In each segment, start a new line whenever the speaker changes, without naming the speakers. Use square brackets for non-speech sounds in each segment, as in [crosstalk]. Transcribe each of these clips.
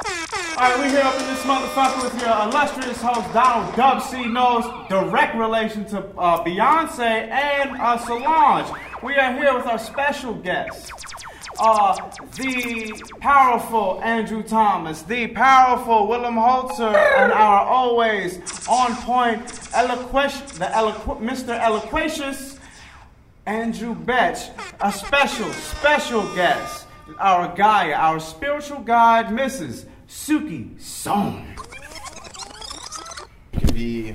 All right, we here up in this motherfucker with your illustrious host Donald Dub C knows direct relation to uh, Beyonce and uh, Solange. We are here with our special guest, uh, the powerful Andrew Thomas, the powerful Willem Holzer, and our always on point eloquent, the eloqu- Mr. Eloquacious Andrew Betch, a special, special guest, our Gaia, our spiritual guide, Mrs. Suki Song.
It could be.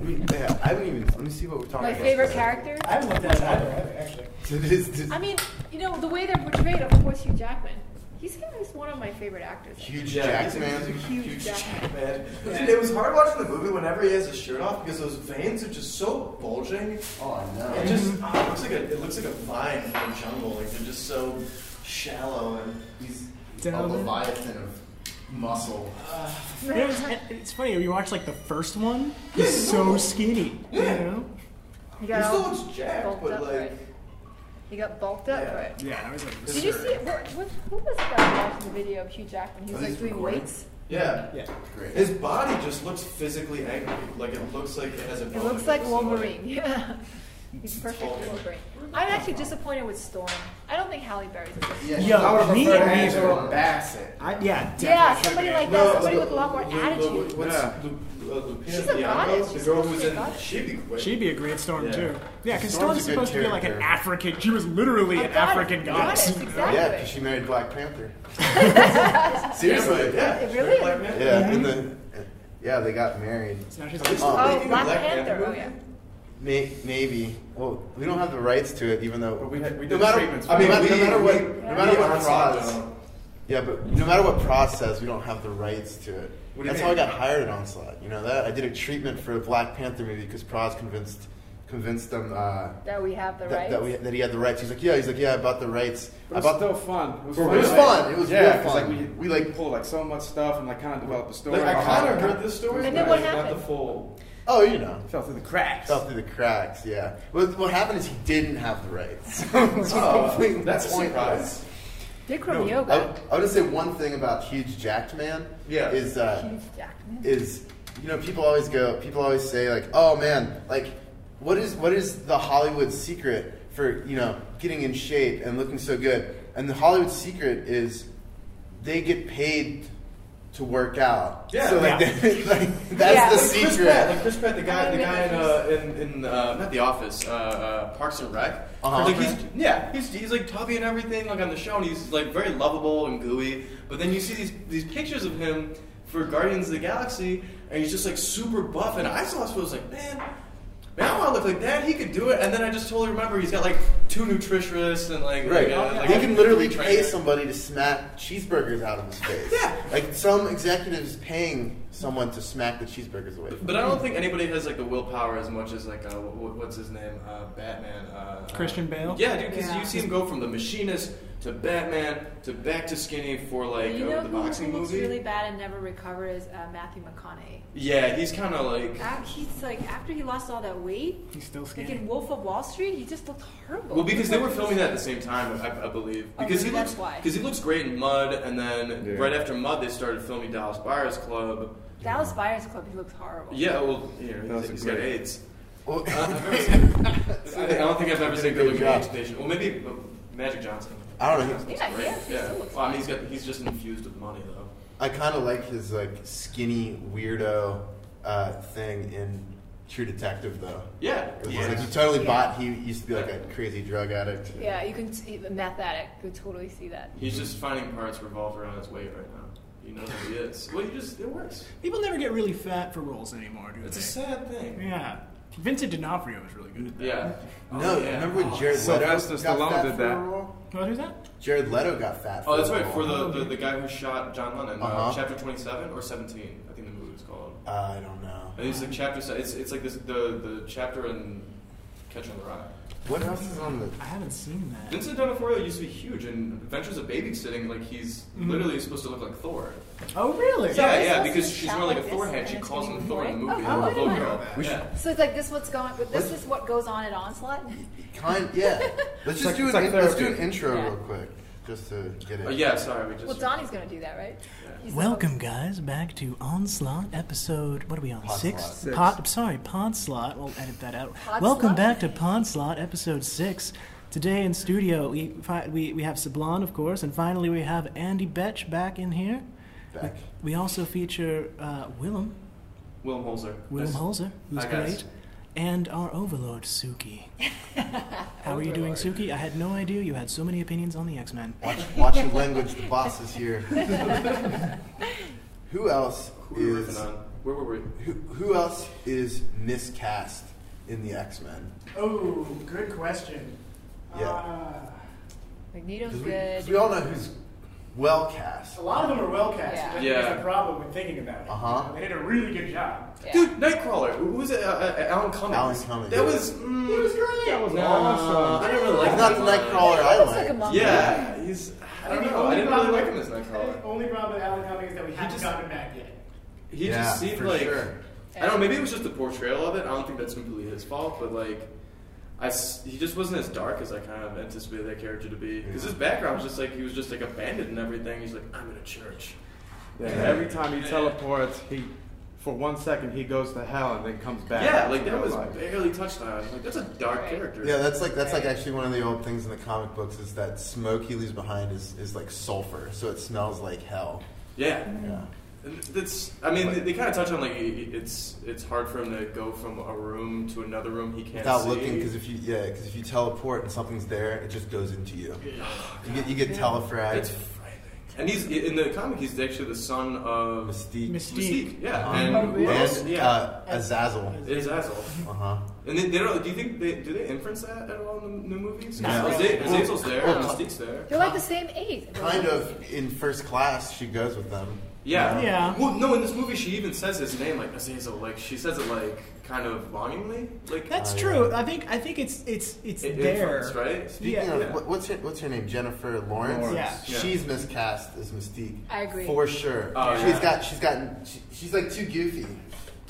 I mean, yeah, I haven't even. Let me see what we're talking
My
about.
favorite
[laughs]
character?
I haven't looked at it either, actually.
It is just
I mean, you know, the way they're portrayed, of course, Hugh Jackman. He's kind of one of my favorite actors.
huge
Yeah,
Jack
it's a
man.
huge Jack.
man. Dude, it was hard watching the movie whenever he has his shirt off because those veins are just so bulging.
Oh
It just ah, it looks like a it looks like a vine in the jungle. Like they're just so shallow and
He's a
Down.
leviathan of muscle.
It was- it- it's funny when you watch like the first one. He's so skinny, you know.
He
he
got,
still
all,
looks jacked,
bulked
but
up,
like
right? he got bulked up
Yeah.
for it.
Yeah, I was like,
Yes,
Did you
sir.
see, what, what, who was that watching the video of Hugh Jackman? He was
Are
like
these
doing
recording?
weights.
yeah.
yeah.
Great.
His body just looks physically angry. Like it looks like it has a.
It looks like Wolverine. [laughs] Yeah. He's perfect for Wolverine. I'm actually disappointed with Storm. I don't think Halle Berry's a good
Yeah,
Yo,
I would've
me
preferred
and
Angela
Angela.
Bassett.
I, yeah,
Yeah,
definitely.
somebody like
No,
that. Somebody
Lu-
with a lot more
Lu- Lu-
attitude.
What's
Yeah.
Lu- uh, Lupita
She's a
Nyong'o?
goddess.
The
She's
girl
supposed to
who's
be a
in.
goddess.
She'd be great.
She'd be a great storm
Yeah.
too. Yeah,
Storm's
because Storm's,
a good
supposed to be like an
character.
African. She was literally
A
an African
goddess,
goddess.
exactly.
Yeah, 'cause she married Black
[laughs]
Panther.
Seriously,
Seriously.
yeah.
It really is.
Black Panther.
Yeah,
Mm-hmm.
in the yeah they got married.
So now she's
Are we
like,
still
Oh,
making a
Black
Black
Panther. Oh,
movie?
yeah.
May, maybe. Well, we don't have the rights to it, even though
But we had- we
no
did
matter,
treatments
I mean,
for
no
it. We-
matter what,
we-
no
we
matter what
honestly
process.
don't.
Yeah, but no matter what process, we don't have the rights to it.
What do you
That's
mean?
how I got hired at Onslaught. You know that I did a treatment for a Black Panther movie because Proz convinced convinced them uh,
That we have the
that,
right.
that, we, that he had the rights. He's like, yeah. He's like, yeah. I bought the rights.
But
I
it was
bought
still fun. It was
It
fun.
was
Like,
fun. It was
yeah,
real
'cause,
fun.
Like, we, we like pulled like so much stuff and like kind of developed the story.
Like, I kind of heard this story.
And
but
then what
I got
happened?
The full.
oh, you know.
fell through the cracks.
Fell through the cracks, yeah. What, what happened is he didn't have
[laughs]
the rights.
Oh, that's a surprise.
Bikram
I,
yoga.
I would just say one thing about huge jacked man.
Yeah.
Is uh,
Hugh Jackman.
is you know people always go people always say like oh man like what is what is the Hollywood secret for you know getting in shape and looking so good and the Hollywood secret is they get paid to work out
Yeah.
so like,
Yeah.
they- [laughs] like, that's
[laughs] Yeah.
the
Like
Chris
secret
Pratt, like Chris Pratt, the guy,
I
the
mean,
guy in,
yeah.
uh, in, in uh, not The Office, uh, uh, Parks and Rec.
Uh-huh.
Like he's yeah, he's, he's like tubby and everything, like on the show, and he's like very lovable and gooey. But then you see these these pictures of him for Guardians of the Galaxy, and he's just like super buff. And I saw this, I was like, man, man, I want to look like that. He could do it. And then I just totally remember he's got like two nutritionists and like
Right.
Like, a- like
they
a
can literally
three
pay
trainer.
somebody to smack cheeseburgers out of his face.
Yeah.
Like some executive is paying someone to smack the cheeseburgers away.
But I don't think anybody has like the willpower as much as like uh, wh- wh- what's his name, uh, Batman. Uh, uh,
Christian Bale?
Yeah, dude, because
Yeah.
you see him go from the Machinist to Batman to back to skinny for like
you
uh,
know
the
who
boxing
looks
movie.
really bad and never recovered is uh, Matthew McConaughey.
yeah, he's kind of like.
Af- He's like after he lost all that weight,
he's still
like
skinny.
in Wolf of Wall Street, he just looked horrible.
Well, because they were filming that at the same time, I, I believe.
Oh,
Because
really?
he looks,
That's why.
because he looks great in Mud, and then
Yeah.
right after Mud, they started filming Dallas Buyers Club.
[laughs] Dallas Buyers Club, he looks horrible.
Yeah, well, you know,
Those
he's,
are
he's got
great.
[laughs]
AIDS.
Well,
[laughs] Uh, I've never seen- I don't think I've ever
Did a great
seen good-looking
job.
AIDS patient. Well, maybe uh, Magic Johnson.
I don't know.
Yeah, he actually
Yeah.
still looks
Well, I mean, he's got he's just infused with money though.
I kind of like his like skinny weirdo uh, thing in True Detective though.
Yeah.
It was like he totally bought. He used to be like a
Yeah.
crazy drug addict.
Yeah, you can see the meth addict could totally see that.
He's just finding parts revolved around his weight right now. He knows who he is. Well, you just it works.
People never get really fat for roles anymore, do
It's a
they?
sad thing.
yeah. Vincent D'Onofrio was really good at that.
Yeah.
No,
Oh, yeah.
remember when Jared
So
Leto
Sylvester
got
Stallone
fat
did
for a
that.
role?
What was that?
Jared Leto got fat.
Oh, that's
a
right. For
role.
the, the, the guy who shot John Lennon, uh
Uh-huh.
chapter twenty-seven or seventeen, I think the movie was called.
Uh, I don't know.
I think it's like chapter. se- It's it's like this the the chapter in Catcher in the Rye.
What else is on the?
I haven't seen that.
Vincent D'Onofrio used to be huge in Adventures of Babysitting. Like he's
Mm-hmm.
Mhm.
literally supposed to look like Thor.
Oh, really?
So
yeah,
it's
yeah,
supposed
because
to
she's
shout
wearing like a
like
Thor
this,
head.
and
She
it's
calls
gonna
him
be
Thor in the
white.
movie.
Oh,
the
I
little
didn't know
girl.
that.
We should-
Yeah.
So it's like this what's going with this
Let's-
is what goes on at Onslaught. [laughs]
Kind yeah. Let's just
like-
do an
it's like
in- let's do
therapy.
an intro
Yeah.
real quick. just to get it.
Oh, yeah, sorry, we just.
Well, Donnie's gonna do that, right? He's the
Welcome, guys, back to Onslaught episode. What are we on?
Pod
six?
Slot.
Six.
Pod, I'm sorry, Podslot. We'll edit that out.
Pod Slot?
Welcome back to Podslot episode six. Today in studio, we, fi- we, we have Sablon, of course, and finally we have Andy Betch back in here.
Back.
We also feature uh, Willem,
Willem Holzer.
Willem Holzer, who's
Hi, guys.
great, and our overlord, Suki.
[laughs]
How are you doing,
Overlord.
Suki? I had no idea you had so many opinions on the X Men.
Watch, watch your language. The boss is
[laughs]
here. who else
Who were we
is
riffing on? Where were we?
who, who else is miscast in the X Men?
Oh, good question.
Yeah.
Uh,
Magneto's
Because we, 'cause
good.
we all know who's well cast.
a lot of them are well cast.
Yeah.
Yeah.
Yeah.
That's a problem with thinking about it.
Uh-huh.
They did a really good job.
Yeah.
Dude, Nightcrawler. Who was it? Uh, uh, Alan Cummings.
Alan Cummings.
That was. Mm,
He was great. That was
nah,
awesome.
I didn't really like
He's not the Nightcrawler I
looks like a
like.
monkey.
Yeah, he's. I don't
The
know. I
only
didn't really
problem-
like him as Nightcrawler.
The only problem with Alan Cumming is that we haven't
just-
gotten him back yet.
He
Yeah,
just seemed
for
like
sure.
I don't know. Maybe it was just the portrayal of it. I don't think that's completely his fault, but like, I s- he just wasn't as dark as I kind of anticipated that character to be. Because his background was just like he was just like abandoned and everything. He's like, I'm in a church.
Yeah, every time he teleports, he, for one second, he goes to hell and then comes back.
Yeah, like that
Real
was
life.
barely touched on. Like that's a dark
Right.
character.
Yeah, that's like that's like actually one of the old things in the comic books is that smoke he leaves behind is, is like sulfur, so it smells like hell.
yeah.
Yeah.
And That's. I mean, they, they kind of touch on like he- it's it's hard for him to go from a room to another room he can't
Without
see.
looking, because if you yeah, 'cause if you teleport and something's there, it just goes into you. You get you get telefragged.
it's frightening. And he's in the comic. He's actually the son of
Mystique.
Mystique.
Mystique, yeah,
Um,
and, who else?
and,
yeah,
uh, Azazel.
it is Azazel.
Uh huh.
And they, they don't. Do you think they do they inference that at all in the new movies?
No.
Aza- Azazel's there,
Well,
Mystique's there.
They're like the same age.
Kind of in first class, she goes with them.
Yeah.
Yeah.
Well, no, in this movie she even says his name like Azazel. Like she says it like kind of longingly, like
That's
Oh, yeah.
true. I think I think it's it's it's
in-
there.
inference, right?
Speaking
Yeah.
of,
Yeah.
what- what's her what's her name? Jennifer Lawrence.
Lawrence.
Yeah.
Yeah.
She's miscast as Mystique.
I agree.
For sure.
Oh,
She's
yeah.
got she's gotten she, she's like too goofy.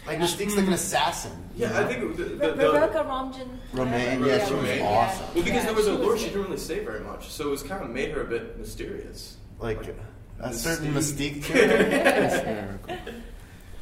Like Mystique's like an assassin. you
Yeah, I
know?
think the, the,
Re-
the,
Rebecca Romijn.
Romaine,
yeah, she was
Romaine.
awesome.
well, because
Yeah,
there was
she
a lore
good.
she didn't really say very much, so it was kind of made her a bit mysterious.
like a certain
Mystique. [laughs]
Mystique [laughs] character.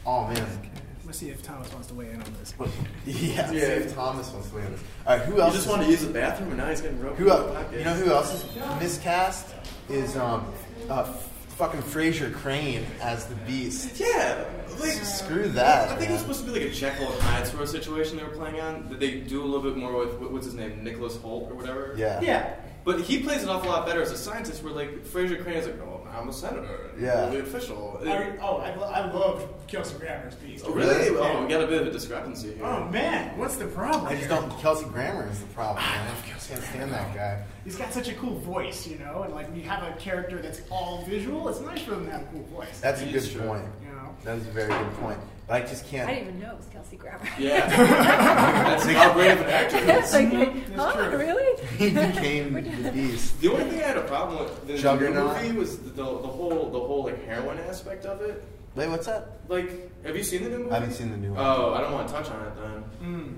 oh man.
Let's see if Thomas wants to weigh in on this.
What- Yeah, see
Yeah.
if Thomas wants to win this. All right, who
He
else?
just
is-
wanted to use the bathroom, and now he's getting roped.
Who
into the
else?
podcast.
You know who else is miscast? Is um, uh, f- fucking Fraser Crane as the Beast.
Yeah, like
Screw that.
I think it was
man.
supposed to be like a Jekyll and Hyde sort of situation they were playing on. That they do a little bit more with what- what's his name, Nicholas Holt or whatever.
Yeah.
Yeah.
But he plays it off a lot better as a scientist. Where like Fraser Crane is like, oh, I'm a senator. and
Yeah.
I'm the official.
I, oh, I, lo- I love Kelsey Grammer's piece.
oh, really?
Yeah.
Oh, we got a bit of a discrepancy here.
Oh, man, what's the problem?
I just
here?
don't. Kelsey Grammer is the problem. Man. I can't stand that guy.
He's got such a cool voice, you know, and like we have a character that's all visual. It's nice for them to have a cool voice.
That's a
He
good
is true.
point.
you know,
That was a very good point. But I just
I
can't.
didn't even know it was Kelsey Grammer. [laughs]
Yeah, that's how great of an actor he
It's
is.
like, huh, really?
[laughs] He became the Beast.
The only thing I had a problem with in the
Juggernaut.
movie was the, the, the whole the whole like heroin aspect of it.
Wait, what's that?
Like, have you seen the new movie?
I haven't seen the new one.
Oh, I don't want to touch on it then.
Hmm.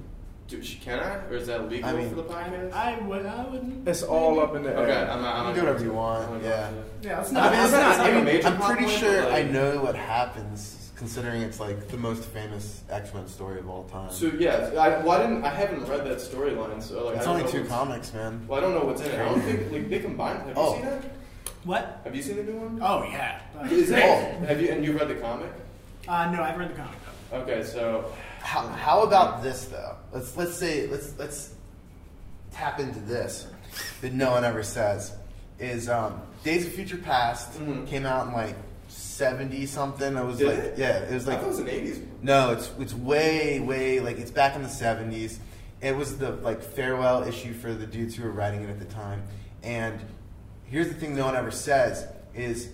Dude, sh- can I? Or is that legal
I mean-
for the podcast?
I would, I wouldn't.
It's all up in the
okay,
air.
I'm not. I'm
You
not
do whatever you
I'm
want,
not-
yeah.
Yeah, it's
I
not.
mean, it's not, it's not
I
like a
mean,
major
I'm pretty
problem,
sure
but, like-
I know what happens, considering it's like the most famous X Men story of all time.
So yeah, I, well, I didn't. I haven't read that storyline, so like. I
it's
don't
only
know
two
what's-
comics, man.
Well, I don't know what's in it. I don't think like they combined. Have
Oh. Uh,
you seen it?
What?
Have you seen the new one?
Oh yeah.
Is it?
Oh.
Have you? And you read the comic?
Uh, no, I've read the comic book.
Okay, so
How, how about this though? Let's let's say let's let's tap into this that no one ever says is um, Days of Future Past
Mhm.
came out in like seventy something. It was
Did
like
it?
yeah, it was
I
like
thought it was an '80s. one.
no, it's it's way way like it's back in the seventies. It was the like farewell issue for the dudes who were writing it at the time. And here's the thing no one ever says is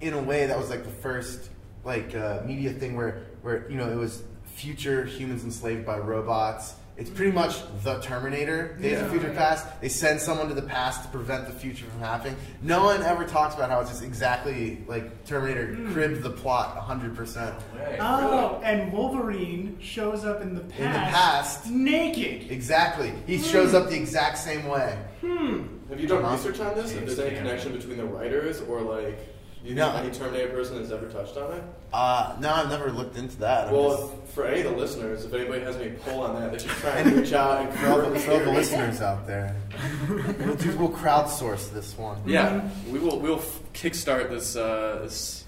in a way that was like the first like uh, media thing where where you know it was future humans enslaved by robots. It's pretty much the Terminator, Days of
Yeah.
Future Past. They send someone to the past to prevent the future from happening. No one ever talks about how it's just exactly like Terminator cribbed the plot 100%.
Hey,
Oh, and Wolverine shows up in the past,
past.
naked.
Exactly. He shows up the exact same way.
Have you done
Uh-huh.
research on this? If there's any connection between the writers or like you
No.
know any Terminator person has ever touched on it?
Uh, no, I've never looked into that. I'm just-
Well, for any of the listeners, if anybody has any pull on that, they should try
[laughs]
and reach out and
for all the, for all the
[laughs] corroborate.
listeners out there, we'll, do, we'll crowdsource this one.
Yeah, we will. We'll f- kickstart this uh, this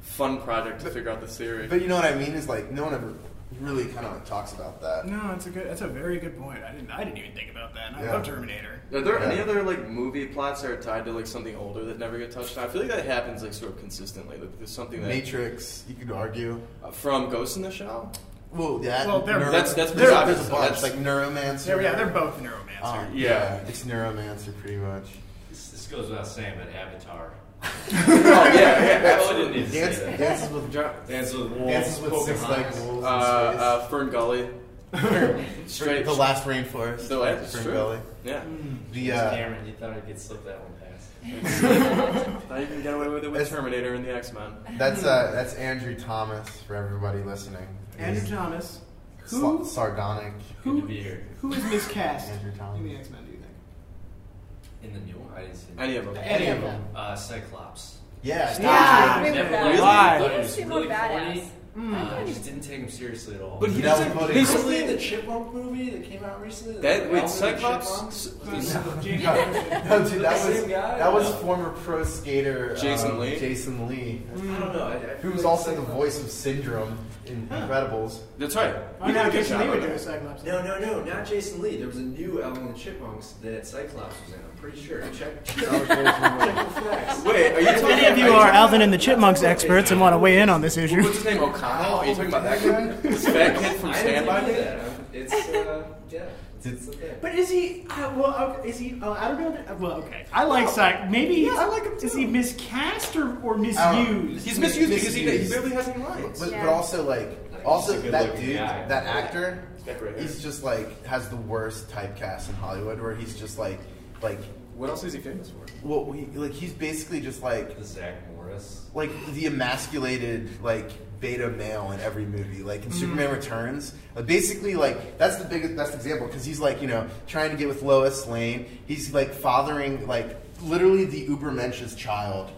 fun project to figure out the theory.
But you know what I mean? Is like no one ever really kind of like talks about that.
No, it's a good. That's a very good point. I didn't. I didn't even think about that. And I
Yeah.
love Terminator.
Are there any
Yeah.
other like movie plots that are tied to like something older that never get touched on? I feel like that happens like sort of consistently. Like there's something that
Matrix, you could argue.
uh, from Ghost in
[laughs]
the
Oh,
Shell.
Well, that,
Well, they're-
That's- that's
there-
pretty
There's
obvious,
a
so
bunch
that's-
like neuromancer.
Yeah, yeah, they're both neuromancer.
Um,
Yeah.
it's neuromancer pretty much.
This, this goes without saying, but Avatar.
oh yeah, [laughs] yeah.
I really didn't need to
Dance,
say that.
dances with
Dances with Wolves.
dances with six
Pocahontas.
legged wolves.
Uh,
in
uh, Fern Gully.
[laughs] space.
Straight.
the last rainforest.
The
right,
last-
Fern
true.
Gully.
Yeah.
The uh,
Cameron, you thought I could slip that one past.
Thought you can get away with it with
That's-
Terminator and the X Men.
that's uh, that's Andrew Thomas for everybody listening.
Andrew
He's
Thomas.
sla-
Who?
Sardonic.
Good to be here.
Who is miscast
Andrew Thomas.
in the X Men? Do you think?
In the new one, I didn't see
Any of them.
Any of them.
Uh, Cyclops.
Yeah.
Yeah, I agree with
Never
that.
really
Why?
thought he
He
was
seemed
really
more badass. Mm.
corny. Uh, I
Mm.
just didn't take him seriously at all.
But he
That was
doesn't.
funny.
He's
Wasn't he in the Chipmunk movie that came out recently?
that
Alvin
wait
and the
Cyclops.
Chipmunks?
S-
James
No,
Anderson.
no, dude, that
Same
was
guy?
that was
No.
former pro skater
Jason
um,
Lee?
Jason Lee,
I don't know. I, I
who
feel
was
like
also the
Cyclops-
voice of Syndrome in Incredibles.
That's right.
Oh,
He did
no,
a good
Jason
job
Lee would
with
do
it.
a Cyclops.
No, no, no, not Jason Lee. There was a new Alvin and the Chipmunks that Cyclops was in. I'm pretty sure. Check. check the facts.
Wait, are you
If
talking?
any of you are Alvin and the Chipmunks experts and want to weigh in on this issue,
What's his name? O'Connell? Are you talking about that guy? This fat kid from
I didn't
[laughs] Stand By
do
Me?
that. I'm- It's uh, yeah. It's, it's okay.
But is he? Uh, well, okay, is he? Oh, I don't know. That, well, okay. I like Psych. Maybe. Yeah, I like him Is he miscast or, or misused?
He's misused because he, he
Misused.
barely has any lines.
But,
Yeah.
but also like
he's
also
a good
that
looking
dude
guy.
that actor
got great hair.
he's just like has the worst typecast in Hollywood where he's just like like
What else is he famous for?
well he, like he's basically just like
The Zach Morris.
like the emasculated like beta male in every movie like in superman returns uh, basically like that's the biggest best example because he's like you know trying to get with lois lane he's like fathering like literally the ubermensch's child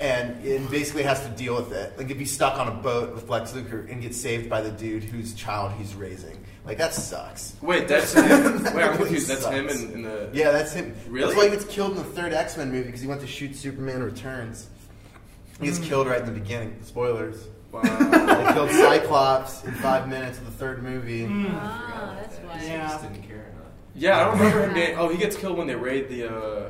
and, and basically has to deal with it like he'd be stuck on a boat with lex luthor and get saved by the dude whose child he's raising like that sucks
Wait, that's him. Wait, I'm
Really
confused. That's him
sucks.
in, in the.
[laughs] yeah that's him
Really?
that's why he gets killed in the third x-men movie because he went to shoot superman returns he
Mm.
gets killed right in the beginning spoilers
Wow.
they killed Cyclops in five minutes of the third movie.
Ah, that's why.
I
Yeah.
just didn't care enough.
Yeah, I don't remember him being. Oh, he gets killed when they raid the. Uh,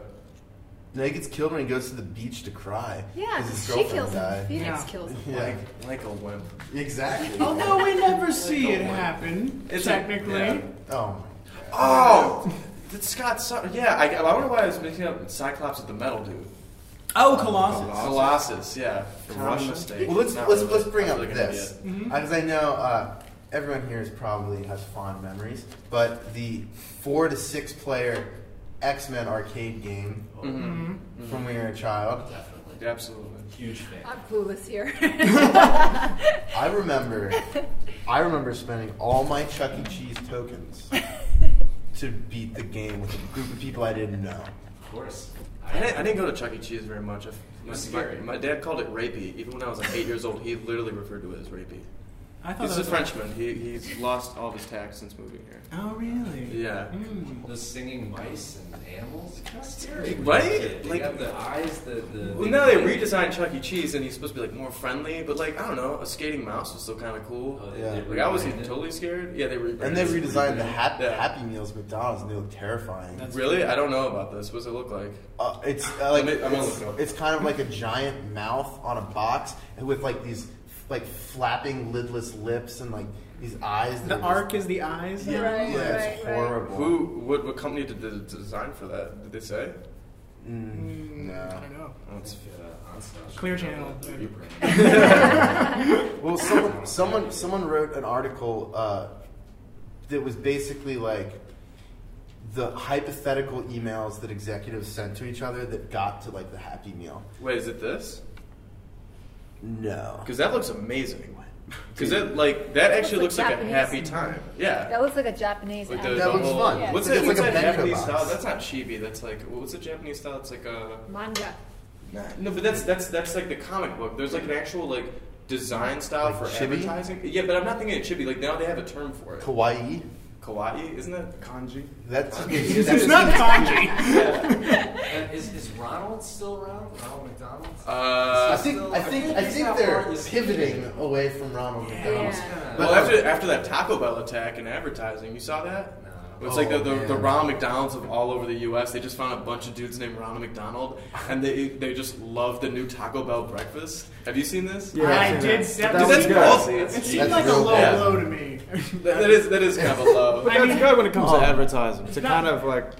No, he gets killed when he goes to the beach to cry.
Yeah,
'cause his
she
girlfriend
kills him.
died.
Phoenix
Yeah.
kills Oh, him.
[laughs] Yeah,
like a wimp.
exactly.
Although we never see it happen,
It's a-
technically.
yeah.
Oh,
Oh! That's Scott. Sutter. Yeah, I, I wonder why I was mixing up Cyclops with the metal dude.
Oh, Colossus.
Colossus, yeah. The Russian mistake.
well, let's
Not
let's,
really.
let's bring
Not
up
really a good
this
idea.
because I know uh, everyone here is probably has fond memories, but the four to six player X Men arcade game
Mm-hmm.
from when you were a child.
Definitely.
Absolutely.
Huge fan.
I'm clueless here.
I remember, I remember spending all my Chuck E. Cheese tokens to beat the game with a group of people I didn't know.
Of course.
I didn't, I didn't go to Chuck E. Cheese very much. I, my,
was
my,
scary.
my dad called it rapey. Even when I was like eight years old, he literally referred to it as rapey.
I thought
He's
that
a
was
Frenchman. He, he's lost all of his tax since moving here. Mm.
Oh, really?
Yeah.
The singing mice and animals. It's kind of scary.
Right?
They
Like-
have the eyes, the. the
Well, now they redesigned Chuck E. Cheese and he's supposed to be like more friendly, but like I don't know, a skating mouse was still kind of
Oh,
cool.
they-
Yeah.
they
Like I was
rebranded.
totally scared. Yeah, they rebranded.
And they redesigned the hap-
Yeah.
Happy Meals at McDonald's, and they look terrifying.
Really? I don't know about this. What's it look like?
Uh, it's uh, like
Let me- I'm gonna
it's,
look it up.
it's kind of like a giant mouth on a box, and with like these like flapping lidless lips and like these eyes. that
The
are just-
arc is the eyes.
Yeah,
Right,
yeah,
right,
it's
right.
horrible.
Who? What? What company did the the design for that? Did they say? Oh,
Mm,
I
no.
don't know.
That's-
uh,
Clear Channel.
[laughs] Well, someone, someone, someone wrote an article uh, that was basically like the hypothetical emails that executives sent to each other that got to like the Happy Meal.
Wait, is it this?
No,
Because that looks amazing. Because that like that actually
looks
looks
like
like a happy
Japanese.
time. Yeah.
That looks like a Japanese
Like
apple.
the,
That
the
looks
whole-
fun.
Yeah.
What's
It's
it?
like
What's
a
that
bento
Japanese
box.
style? That's not chibi. That's like what's the Japanese style? It's like a.
manga.
No, but that's that's that's like the comic book. There's like an actual like design style
Like
for
chibi?
advertising. Yeah, but I'm not thinking of chibi. Like now they have a term for it.
Kawaii.
Kawaii, isn't it?
Kanji.
[laughs]
That's
It's not kanji.
And Uh, is, is Ronald still around? Ronald McDonald's?
I
Uh,
think I think I think they're pivoting away from Ronald McDonald's.
Yeah.
well, after after that Taco Bell attack in advertising, you saw that.
No.
It's like the,
Oh,
the,
man.
the Ronald McDonald's of all over the U.S. They just found a bunch of dudes named Ronald McDonald, and they they just love the new Taco Bell breakfast. Have you seen this?
Yeah,
I
I've seen
did
that.
step
But
Dude,
that was
that's
good.
ballsy.
It
It's-
seemed
That's
like a
real
low
bad.
blow to me.
that that is that is kind of
[laughs]
a low.
But that's good when it comes
Oh.
to advertising. To kind of like,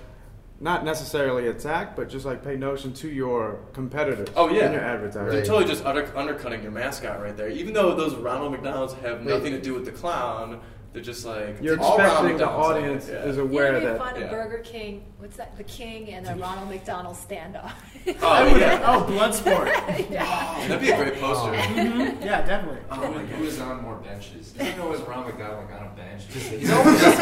not necessarily attack, but just like pay notion to your competitors.
Oh, yeah.
In your advertising.
They're
Right.
totally just under, undercutting your mascot right there. Even though those Ronald McDonald's have
Wait.
nothing to do with the clown, they're just like
You're
all Ronald
expecting the
McDonald's are-
audience
yeah.
is
You ever
aware
made
that.
fun of
yeah.
Burger King? What's that? The King and the Ronald McDonald standoff. [laughs]
Oh yeah,
Oh, Bloodsport.
oh.
that'd be a great poster.
yeah, definitely.
Oh my God. Who is on more benches? You know, is Ron McDonald on a bench? He's always just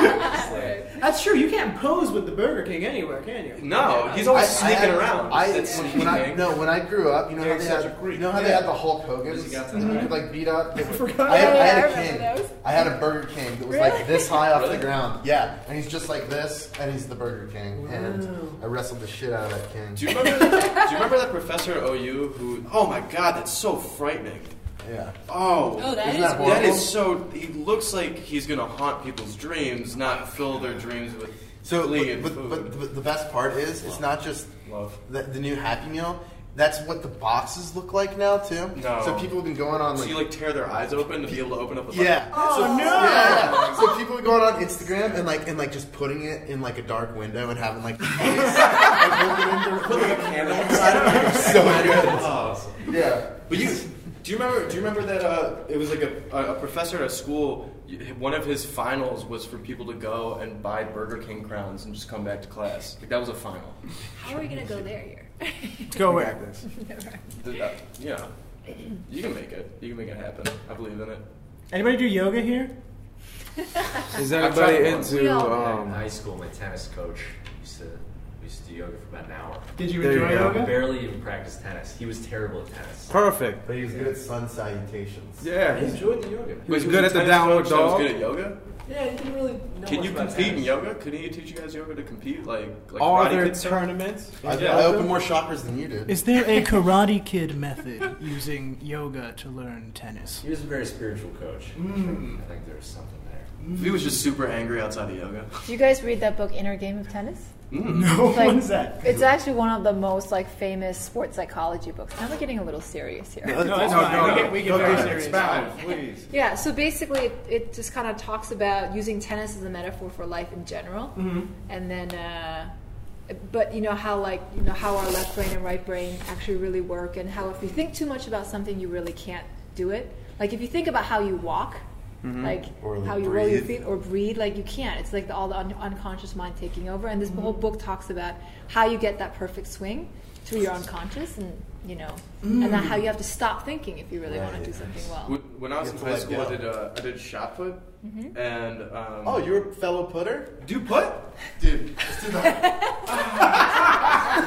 like,
That's true. You can't pose with the Burger King anywhere, can you?
No, he's always sneaking
I-
around.
I,
That's
when,
sneaking.
when I no, when I grew up, you know how
Eric's
they
such
had,
a creep.
you know how they
Yeah.
had the Hulk Hogan's,
Because he got to
you
die.
could, like beat up. I,
forgot.
I,
Yeah,
had
I
a king.
remember those.
I had a Burger King that was like this high off the
Really?
ground. Yeah, and he's just like this, and he's the Burger King, and I wrestled the shit out of that king.
Do you remember? do you remember that professor at OU who? Oh my God, that's so frightening.
Yeah,
Oh,
Oh, that
Isn't
is
that
weird.
that is so. He looks like he's gonna haunt people's dreams, not fill their dreams with
So,
glee
but,
and
but,
food.
but, but the best part is, it's not just
Love.
the, the new Happy Meal. That's what the boxes look like now too.
No.
So people have been going on
so
like,
you like tear their eyes open to be able to open up. the
yeah.
Oh no!
Yeah, yeah. So people are going on Instagram and like and like just putting it in like a dark window and having like, like open it
candle
in-
[laughs]
[laughs] so good.
Oh.
Yeah.
But you, do you remember? Do you remember that uh, it was like a, a a professor at a school? y- One of his finals was for people to go and buy Burger King crowns and just come back to class. Like that was a final.
How are we gonna go there here? [laughs]
Go where?
Th- that- yeah, you can make it. You can make it happen. I believe in it.
Anybody do yoga here?
Is
I've
anybody
tried one.
We
into
all-
in
um,
high school, my tennis coach used to, we used to do yoga for about an hour.
Did you
There you
enjoy
go.
yoga?
Barely even practiced tennis. He was terrible at tennis.
perfect?
But he was good at sun salutations.
I
Yeah.
enjoyed the yoga.
was
he
good
a
at the
tennis
downward
coach that was
dog?
good at yoga.
Yeah, he didn't really know
Can
much
you
about
compete in
tennis.
yoga? Could he teach you guys yoga to compete? Like, like
Are
karate
there
kids?
tournaments?
I,
Yeah.
I opened more shoppers than you [laughs] did.
Is there a Karate Kid method using yoga to learn tennis?
He was a very spiritual coach. I think there was something there.
Mm.
He was just super angry outside of yoga.
Do you guys read that book, Inner Game of Tennis?
[laughs] No,
Like-
what is that?
It's actually one of the most like famous sports psychology books. Now we're getting a little serious here.
No, that's
No,
fine.
no,
[laughs]
we
no.
get, we get
Don't
very
do that.
serious.
Expound, please.
Yeah, so basically, it, it just kind of talks about using tennis as a metaphor for life in general,
Mm-hmm.
and then, uh, but you know how like you know how our left brain and right brain actually really work, and how if you think too much about something, you really can't do it. Like if you think about how you walk, like
Mm-hmm. Or
how you roll your
breathe.
feet or breathe, like you can't. It's like the, all the un- unconscious mind taking over, and this
Mm-hmm.
whole book talks about how you get that perfect swing through your unconscious, and you know, and then how you have to stop thinking if you really want
Mm. Right.
to do something well.
When- When I was
You
in
have to
high
let
school, I
go.
did uh, I did shot put,
Mm-hmm.
and um,
Oh, you're a fellow putter,
do you put?
dude. Let's do that. [laughs]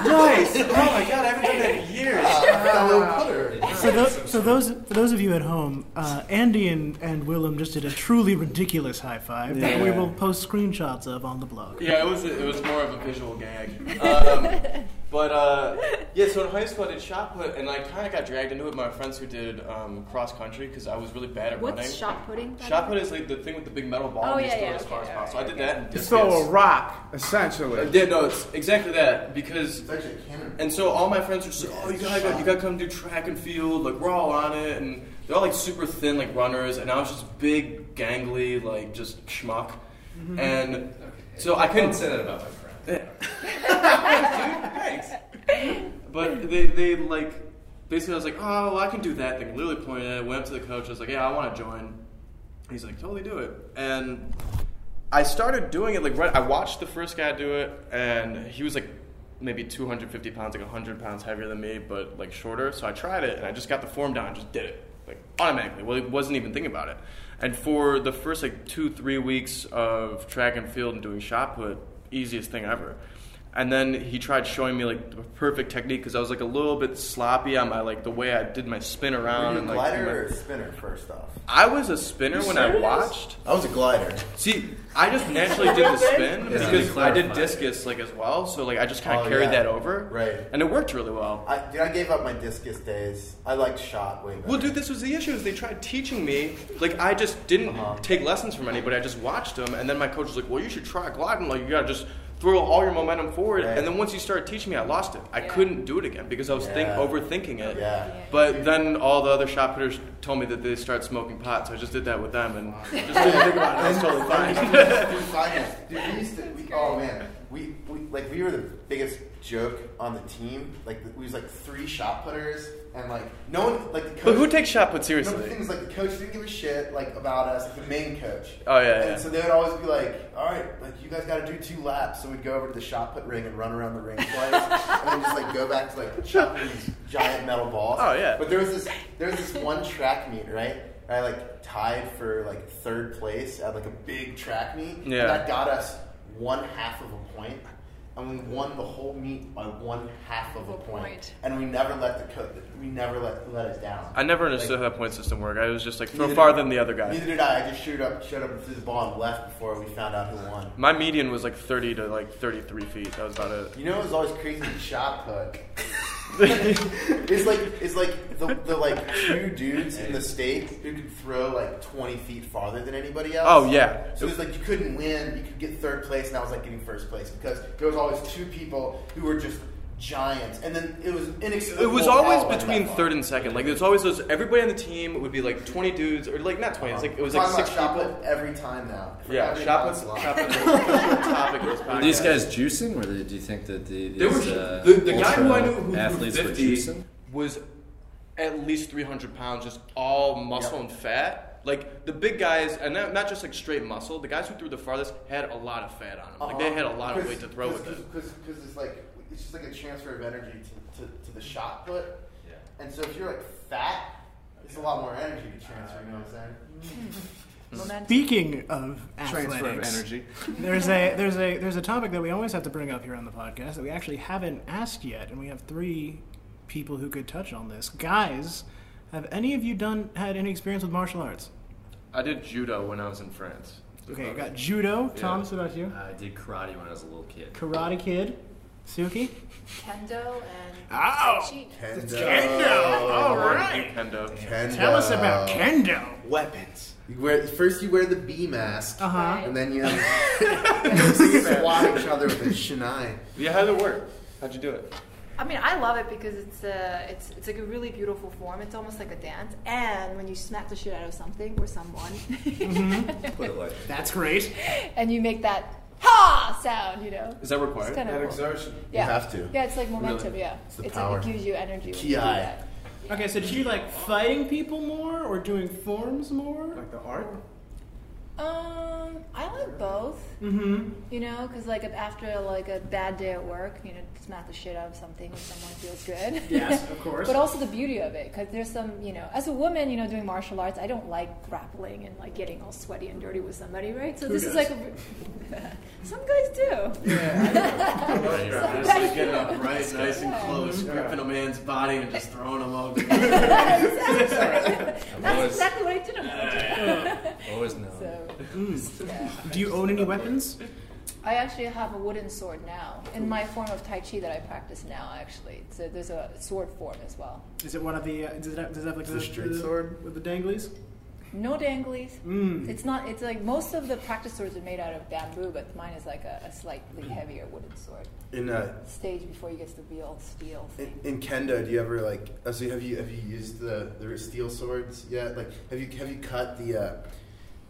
Nice. Oh my god, I haven't done that in years.
fellow putter.
So, tho- so those for those of you at home, uh, Andy and, and Willem just did a truly ridiculous high five that we
Yeah.
will post screenshots of on the blog.
[laughs] Yeah, it was it was more of a visual
[laughs]
gag. Um, but uh, yeah, so in high school I did shot put, and I kind of got dragged into it by my friends who did um, cross country because I was really bad at
What's
running.
shot putting? by
Shot
the
put
way?
is like the thing with the big metal ball
Oh,
and you
yeah,
just throw
yeah,
it as far
okay,
as possible. I did
alright,
that in discus.
So a rock, essentially.
yeah, no, it's exactly that because
It's actually a cannon.
And so all my friends were just like, "Oh, you gotta, you gotta come do track and field. Like we're all on it." And they're all like super thin, like runners, and I was just big, gangly, like just schmuck. And so I couldn't.
Couldn't say that about my friend.
Thanks.
[laughs]
But they, they like basically I was like, "Oh, well, I can do that thing." Literally pointed at it. Went up to the coach. I was like, "Yeah, I want to join." He's like, "Totally do it." And I started doing it like right. I watched the first guy do it, and he was like maybe 250 pounds, like 100 pounds heavier than me, but like shorter. So I tried it, and I just got the form down, and just did it, like automatically. Well, it wasn't even thinking about it. And for the first like two, three weeks of track and field and doing shot put, easiest thing ever. And then he tried showing me like the perfect technique because I was like a little bit sloppy on my like the way I did my spin
Were
around
you a
and like.
glider
my-
or a spinner first off?
I was a spinner when I watched.
I was a glider.
See, I just naturally
[laughs]
did the spin
Yeah.
because I did
Clarified.
discus like as well, so like I just kind
Oh,
of carried
yeah.
that over,
Right.
And it worked really well.
I, dude, I gave up my discus days. I liked shot way better.
Well, dude, this was the issue. Is they tried teaching me, like I just didn't
Uh-huh.
take lessons from anybody. I just watched them, and then my coach was like, "Well, you should try gliding. Like you gotta just throw all your momentum forward."
Right.
And then once you started teaching me, I lost it. I
Yeah.
couldn't do it again because I was think
Yeah.
overthinking it.
Yeah.
But then all the other shot putters told me that they started smoking pot, so I just did that with them and just didn't think about it. I
[laughs]
was totally fine.
Dude, finals. Dude, we used to. We, oh man, we, we like we were the biggest joke on the team. Like we was like three shot putters, and like no one like the coach.
But who takes shot put
no, the
seriously?
thing is, like the coach didn't give a shit like about us. Like, the main coach.
Oh, yeah,
And
yeah.
so they would always be like, "All right, like you guys got to do two laps." So we'd go over to the shot put ring and run around the ring twice, and then just like go back to like shot put these giant metal balls.
Oh, yeah.
But there was this there was this one track meet, right? And I like tied for like third place at like a big track meet. and
Yeah.
that got us one half of a point, And we won the whole meet by one half of a point.
Point.
And we never let the co- we never let let us down.
I never understood how point system worked. I was just like throw farther than the other guy.
Neither did I. I just showed up, showed up and threw the ball and left before we found out who won.
My median was like 30 to like 33 feet. That was about it.
You know, it was always crazy with shot
[laughs]
put. it's like it's like the, the like two dudes in the state who could throw like twenty feet farther than anybody else.
Oh, yeah.
So it was like you couldn't win. You could get third place, and I was like getting first place because there was always two people who were just giants, and then it was inexplicable.
It was
how
always
I went
between
that far.
third and second. Like there's always those. Everybody on the team would be like 20 dudes, or like not 20. It's like it was like
Talking about
six
shot
people.
put every time now.
Yeah,
Every
shot was
time.
shot was the topic of this podcast.
Were [laughs] these guys juicing, or do you think that the
They were-
these, uh,
the, the guy who I
ultra
knew who was
athletes were
50
juicing?
was at least 300 pounds, just all muscle and fat. Like the big guys, and not, not just like straight muscle. The guys who threw the farthest had a lot of fat on them. Like they had a lot of weight to throw with it.
Uh-huh. Because it's like it's just like a transfer of energy to, to, to the shot put. Yeah. And so if you're like fat, it's a lot more energy to transfer. You know what I'm saying?
Momentum.
Speaking of
Transfer of
athletics,
energy. [laughs]
there's a there's a there's a topic that we always have to bring up here on the podcast that we actually haven't asked yet, and we have three people who could touch on this. Guys, have any of you done had any experience with martial arts?
I did judo when I was in France.
Okay, you got judo. Thomas, what about you?
I did karate when I was a little kid.
Karate Kid. Suki.
Kendo and
Oh,
Chi.
Oh,
All right.
Kendo.
Kendo.
Tell us about kendo.
weapons. You wear first you wear the bee mask,
Uh huh.
and then you
[laughs]
have [laughs] you swat each other with a shinai.
Yeah, how'd it work? How'd you do it?
I mean, I love it because it's a, it's, it's like a really beautiful form. It's almost like a dance. And when you smack the shit out of something or someone,
Mm-hmm.
Put it like
That's great.
[laughs] and you make that ha sound, you know,
Is that
it's
required?
kind of cool.
exertion.
Yeah.
You have to.
Yeah, it's like momentum. Yeah,
It's the power.
like it gives you energy. When
Ki.
you do that.
Okay, so did you like fighting people more or doing forms more?
Like the art?
Um, I like both.
Mm-hmm.
You know, because like if after like a bad day at work, you know, smack the shit out of something and someone feels good.
[laughs] Yes, of course.
but also the beauty of it, because there's some, you know, as a woman, you know, doing martial arts, I don't like grappling and like getting all sweaty and dirty with somebody, right? So this is like, a, [laughs] some guys
[laughs]
do. [laughs]
Just like getting up right, nice and close, gripping a man's body and just throwing him over. That's
[laughs] That's
always-
exactly what I did. on
[laughs]
my job.
Always know.
So
Do you own any weapons?
I actually have a wooden sword now in my form of tai chi that I practice now. Actually, so there's a sword form as well.
Is it one of the? Uh, does it have, does it have like
Is it a straight sword?
with the danglies?
No danglies.
Mm.
It's not. It's like most of the practice swords are made out of bamboo, but mine is like a, a slightly
Mm.
heavier wooden sword.
In uh,
Stage before you get to the real steel
In,
thing.
in kendo, do you ever like? uh, So have you have you used the the steel swords yet? Like have you have you cut the? Uh,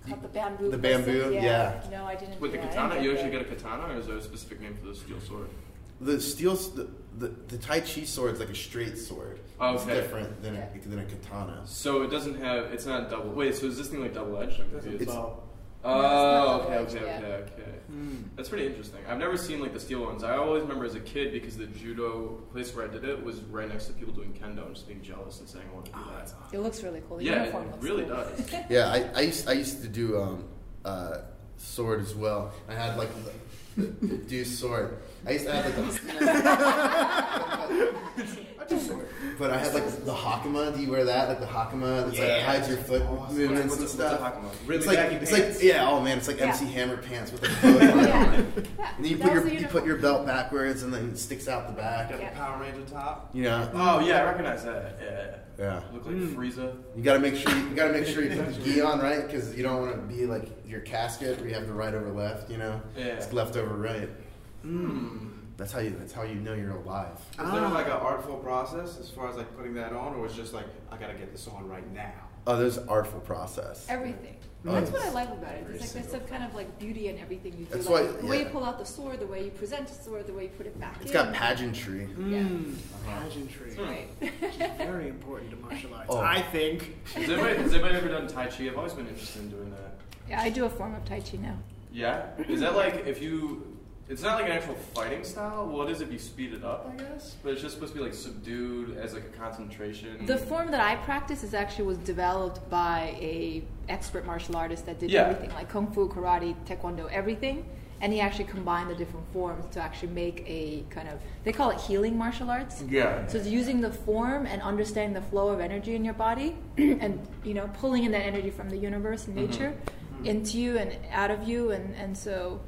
Cut the bamboo.
The
person.
bamboo, yeah.
No, I didn't.
With the
yeah, I didn't
katana,
get
you actually
the-
get a katana, or is there a specific name for the steel sword?
The steel, s- the, the, the Tai Chi sword's like a straight sword. It's
Oh, Okay.
different than a, than a katana.
[laughs]
So it doesn't have, it's not double. Wait, so is this thing like double edged?
It's, all
Oh, okay,
Yeah.
okay, okay, okay. That's pretty interesting. I've never seen like the steel ones. I always remember as a kid because the judo place where I did it was right next to people doing kendo and just being jealous and saying I want to do that.
It looks really cool. The
yeah, it,
uniform looks
really
cool. [laughs]
does.
Yeah, I, I used I used to do um, uh, sword as well. I had like the, the,
[laughs]
the do sword. I used to have like the. But I had like the hakama. Do you wear that? Like the hakama that's like
Yeah.
hides your foot movements and stuff.
Really
It's like,
baggy
it's
pants.
like yeah, oh man, it's like
Yeah.
MC Hammer pants with a coat on.
[laughs] Yeah.
[laughs] And then you
That
put
was
your
the
you
uniform.
put your belt backwards and then it sticks out the back.
Yeah.
Power Ranger top.
You know,
Oh yeah, I recognize that. Yeah,
yeah.
look like
Hmm.
Frieza.
You gotta make sure you, you gotta make sure you put the gi on right because you don't want to be like your casket where you have the right over left. You know,
Yeah.
it's left over right.
Hmm.
That's how you. That's how you know you're alive.
Ah.
Is there like an artful process as far as like putting that on, or it's just like I gotta get this on right now?
Oh, there's an artful process.
Everything.
Oh,
That's
it's-
what I like about it. It's like there's some kind of like beauty in everything you do.
That's
like,
why-
the way you
yeah.
pull out the sword, the way you present the sword, the way you put it back
It's
in.
got pageantry.
Yeah.
Pageantry.
Right.
Hmm. Very important to martial arts.
Oh.
I think.
Has anybody, has anybody ever done Tai Chi? I've always been interested in doing that.
Yeah, I do a form of Tai Chi now.
Yeah? Is that like if you. It's not like an actual fighting style. What is it? You speed it up, I guess? But it's just supposed to be like subdued as like a concentration.
The form that I practice is actually was developed by a expert martial artist that did
Yeah.
everything like kung fu, karate, taekwondo, everything. And he actually combined the different forms to actually make a kind of they call it healing martial arts.
Yeah.
So it's using the form and understanding the flow of energy in your body, [clears throat] and you know pulling in that energy from the universe and
Mm-hmm.
nature into you and out of you, and and so,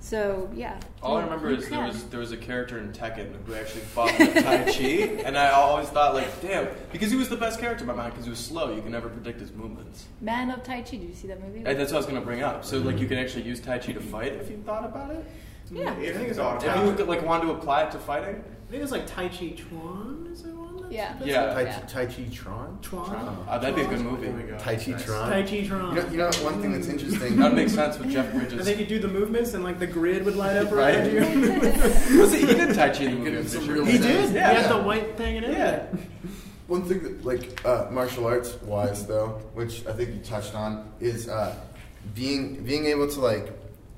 so yeah.
All I
You-
remember
you
is there
can.
was there was a character in Tekken who actually fought with Tai
[laughs]
Chi, and I always thought like, damn, because he was the best character in my mind because he was slow. You can never predict his movements,
Man of Tai Chi. Did you see that movie?
and that's what I was gonna bring up. So like, you can actually use Tai Chi to fight if you thought about it.
yeah.
I think it's all
If you would, like wanted to apply it to fighting,
I think it's like Tai Chi Chuan, is it one? that's-
Yeah.
that's-
yeah,
Tai,
Yeah.
tai Chi Tron.
Chuan?
Uh, that'd be a good movie.
Tai Chi Tron.
Tai Chi
You know,
Chuan.
you know one thing that's interesting.
That would make sense with Jeff
I
Bridges.
think you do the movements and like the grid would light [laughs] up
Right.
around you.
[laughs]
Was it, he did Tai Chi in the
He
movie.
did
I'm
some
pretty sure.
real-
[laughs] He did.
Yeah.
He had the white thing in it.
Yeah.
One thing that, like, uh, martial arts wise, though, which I think you touched on, is uh, being being able to like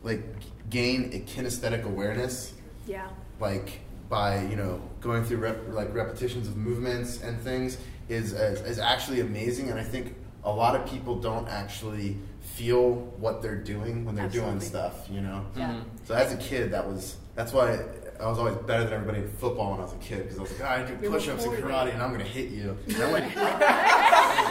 like gain a kinesthetic awareness,
Yeah.
Mm-hmm.
like by you know going through rep, like repetitions of movements and things, is, uh, is is actually amazing. And I think a lot of people don't actually feel what they're doing when they're doing
Absolutely.
stuff. You know.
Yeah.
So as a kid, that was that's why I was always better than everybody at football when I was a kid because I was like, "Ah, I do
You were
push-ups and
forward.
karate, and I'm gonna hit
[laughs]
you. And I went. [laughs]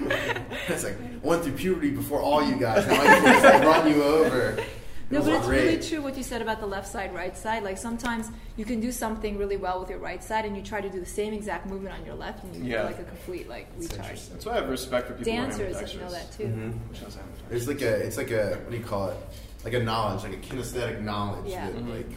it's like I went through puberty before all you guys. Now I can just like, run you over. It
No,
was
but it's
great.
really true what you said about the left side, right side. Like sometimes you can do something really well with your right side, and you try to do the same exact movement on your left, and you
Yeah.
feel like a complete like recharge.
That's why I have respect for people who are
Dancers
ambidextrous.
know that too.
Mm-hmm.
Which I was having-
It's like a it's like a what do you call it? Like a knowledge, like a kinesthetic knowledge
Yeah.
that
Mhm.
like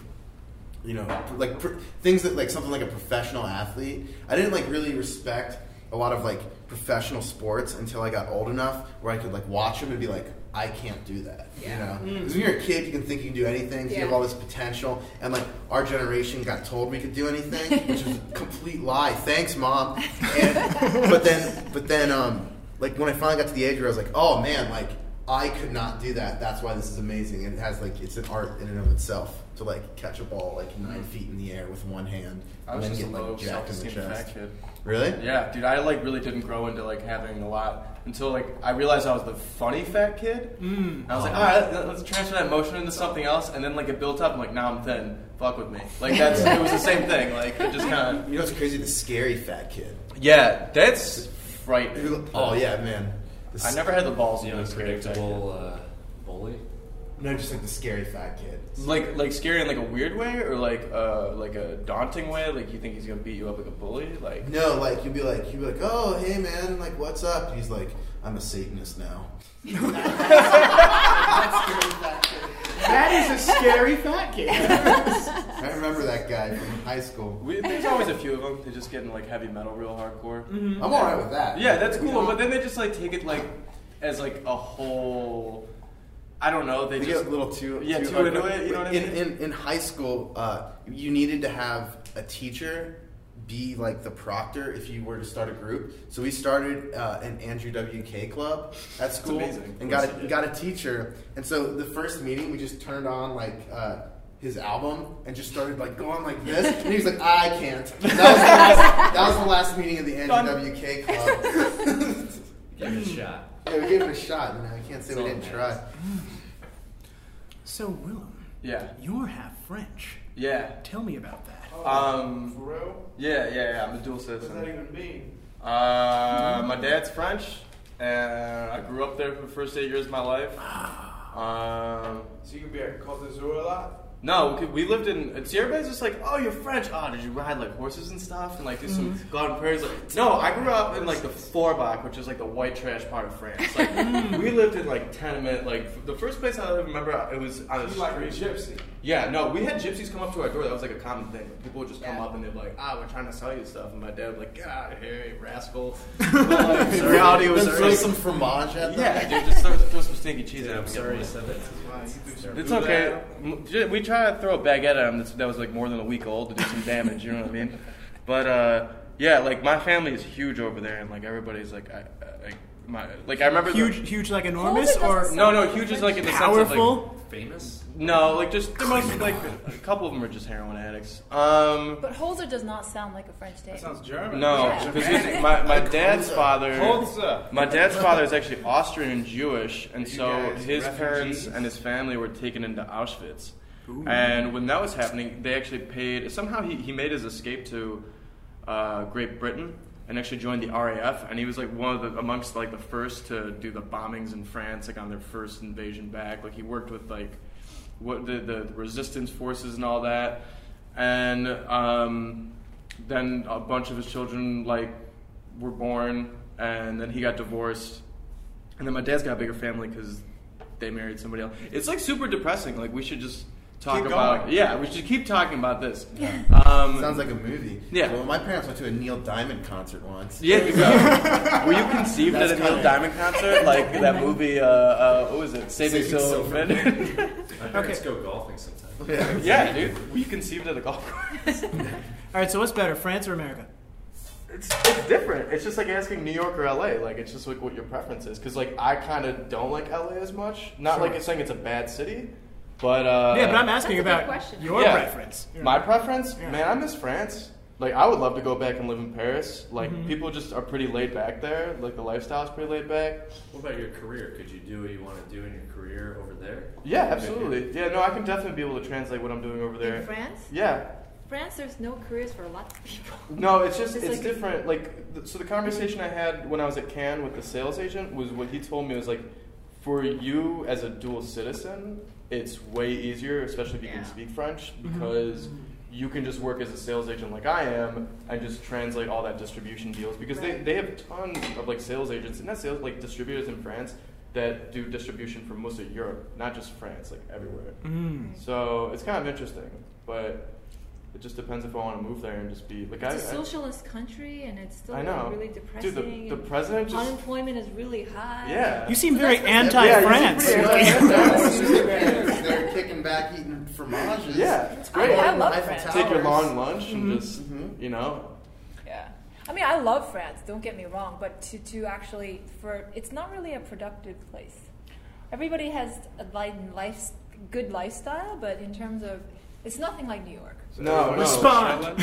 you know pr- like pr- things that like something like a professional athlete. I didn't like really respect a lot of like professional sports until I got old enough where I could like watch them and be like. I can't do that,
Yeah. Mm.
you know. Because when you're a kid, you can think you can do anything. 'cause You have
Yeah.
all this potential, and like our generation got told we could do anything, which is a [laughs] complete lie. Thanks, mom. And, but then, but then, um, like when I finally got to the age where I was like, oh man, like I could not do that. That's why this is amazing. And it has like it's an art in and of itself to like catch a ball like nine feet in the air with one hand
Mm-hmm. I was
and
just a
then get
low
like jacked in the
self-esteem fat
chest.
kid.
Really?
Yeah, dude, I like really didn't grow into like having a lot until like I realized I was the funny fat kid. Mm. I was like, all right, let- let's transfer that emotion into something else, and then like it built up. I'm like, now I'm thin. Fuck with me. Like that's it was the same thing. Like it just kind of
You know what's crazy? The scary fat kid.
yeah, that's frightening.
Oh yeah, man. The
I never had the balls
The
to be scared of fat kid.
unpredictable uh, bully.
No, just like the scary fat kid.
Like like scary in like a weird way or like uh like a daunting way. Like you think he's gonna beat you up like a bully. Like
No, like you'll be like you'll be like, oh hey man, like what's up? And he's like, I'm a Satanist now.
That is a scary fat kid.
I remember that guy from high school.
we, there's always a few of them. They just get in like heavy metal real hardcore.
I'm all right with that.
Yeah, that's cool. But then they just like take it like as like a whole. I don't know. They
They
just
get a little too
yeah too, into it. You know what I mean?
In, in in high school, uh, you needed to have a teacher be like the proctor if you were to start a group. So we started uh, an Andrew WK club at school
amazing.
and got a, got a teacher. And so the first meeting, we just turned on like. Uh, his album and just started like going like this, and he was like, "I can't." That was the last, that was the last meeting of the Andrew WK Club.
Give it a shot.
yeah, we gave it a shot, and I can't say we
It's all
didn't try.
[laughs] So, Willem,
Yeah.
you're half French.
Yeah.
Tell me about that.
Um,
For real?
Yeah, yeah, yeah. I'm a dual
What does that
citizen.
even mean?
Uh, my dad's French, and I grew up there for the first eight years of my life. Um,
So you could be at Côte d'Azur a lot?
no, we- we lived in uh, Sierra Bare's. Just like, oh, you're French. Oh, did you ride like horses and stuff, and like do some garden prairies? Like, no, I grew up in like the Forbach, which is like the white trash part of France. Like, we lived in like tenement. Like f- the first place I remember, it was on a
You like a
street.
gypsy.
Yeah, no, we had gypsies come up to our door. That was like a common thing. Like, people would just come
Yeah.
up and they'd be like, ah, we're trying to sell you stuff. And my dad would be like, get out of here, you rascal. But, like, the reality was,
Then throw
like,
some fromage at them.
yeah, dude, just throw, throw some stinky cheese at him.
I'm sorry you said that.
It's okay. M- j- We tried to throw a baguette at him that's, that was like more than a week old to do some damage, you know what I mean? But uh, yeah, like my family is huge over there, and like everybody's like, I, I, like, my, like I remember the-
Huge, huge, like enormous, or
no, no, huge is like in the sense of like,
powerful.
Famous?
no, like just the most like a couple of them are just heroin addicts. Um,
But Holzer does not sound like a French name.
Sounds German.
No, because my, my dad's father,
Holzer.
my dad's father is actually Austrian and Jewish, and
You
so
guys
his parents
refugees?
and his family were taken into Auschwitz. And when that was happening, they actually paid. Somehow he, he made his escape to uh, Great Britain and actually joined the RAF. And he was like one of the amongst like the first to do the bombings in France, like on their first invasion back. Like he worked with like what the, the resistance forces and all that. And um, then a bunch of his children like were born, and then he got divorced, and then my dad's got a bigger family because they married somebody else. It's like super depressing. Like we should just talk
Keep
about
going.
yeah, we should keep talking about this. Um,
Sounds like a movie.
Yeah.
Well, my parents went to a Neil Diamond concert once.
yeah, [laughs] exactly. were you conceived
That's
at a Neil
kinda-
Diamond concert? Like that movie, uh, uh, what was it? Saving,
Saving
Silverman.
My parents go golfing sometimes.
Yeah.
[laughs] yeah, dude. Were you conceived at a golf course?
All right, so what's better, France or America?
It's, it's different. It's just like asking New York or LA. Like it's just like what your preference is. Because like I kind of don't like LA as much. Not
Sure.
like it's saying it's a bad city, but uh,
yeah, but I'm
a
asking
good
about
question.
your
Yeah.
preference. You know.
my preference,
Yeah.
man. I miss France. Like I would love to go back and live in Paris. Like people just are pretty laid back there. Like the lifestyle's pretty laid back.
What about your career? Could you do what you want to do in your career over there?
Yeah, absolutely. Yeah, no, I can definitely be able to translate what I'm doing over
In
there.
France,
Yeah,
France, there's no careers for a lot of
[laughs]
people.
No, it's just it's,
It's like-
different. Like th- so, the conversation I had when I was at Cannes with the sales agent was what he told me was like, for you as a dual citizen, it's way easier, especially if you
Yeah.
can speak French,
Mm-hmm.
because you can just work as a sales agent like I am and just translate all that distribution deals because
Right.
they, they have tons of like sales agents and not sales like distributors in France that do distribution for most of Europe, not just France, like everywhere.
Mm-hmm.
Mm.
So it's kind of interesting, but. It just depends if I want to move there and just be like I,
It's a
I-
socialist country, and it's still
I know.
really depressing.
Dude, the, the
and
president just.
unemployment is really high.
yeah.
You seem very
that's
anti-France.
pretty anti-
They're kicking back, eating fromages.
yeah, it's
I,
great.
I love
Eiffel
France.
Tower.
Take your long lunch
Mm-hmm.
and just,
Mhm.
you know.
Yeah. I mean, I love France, don't get me wrong, but to, to actually, for it's not really a productive place. Everybody has a life, life, good lifestyle, but in terms of, it's nothing like New York.
No, no.
Respond.
[laughs]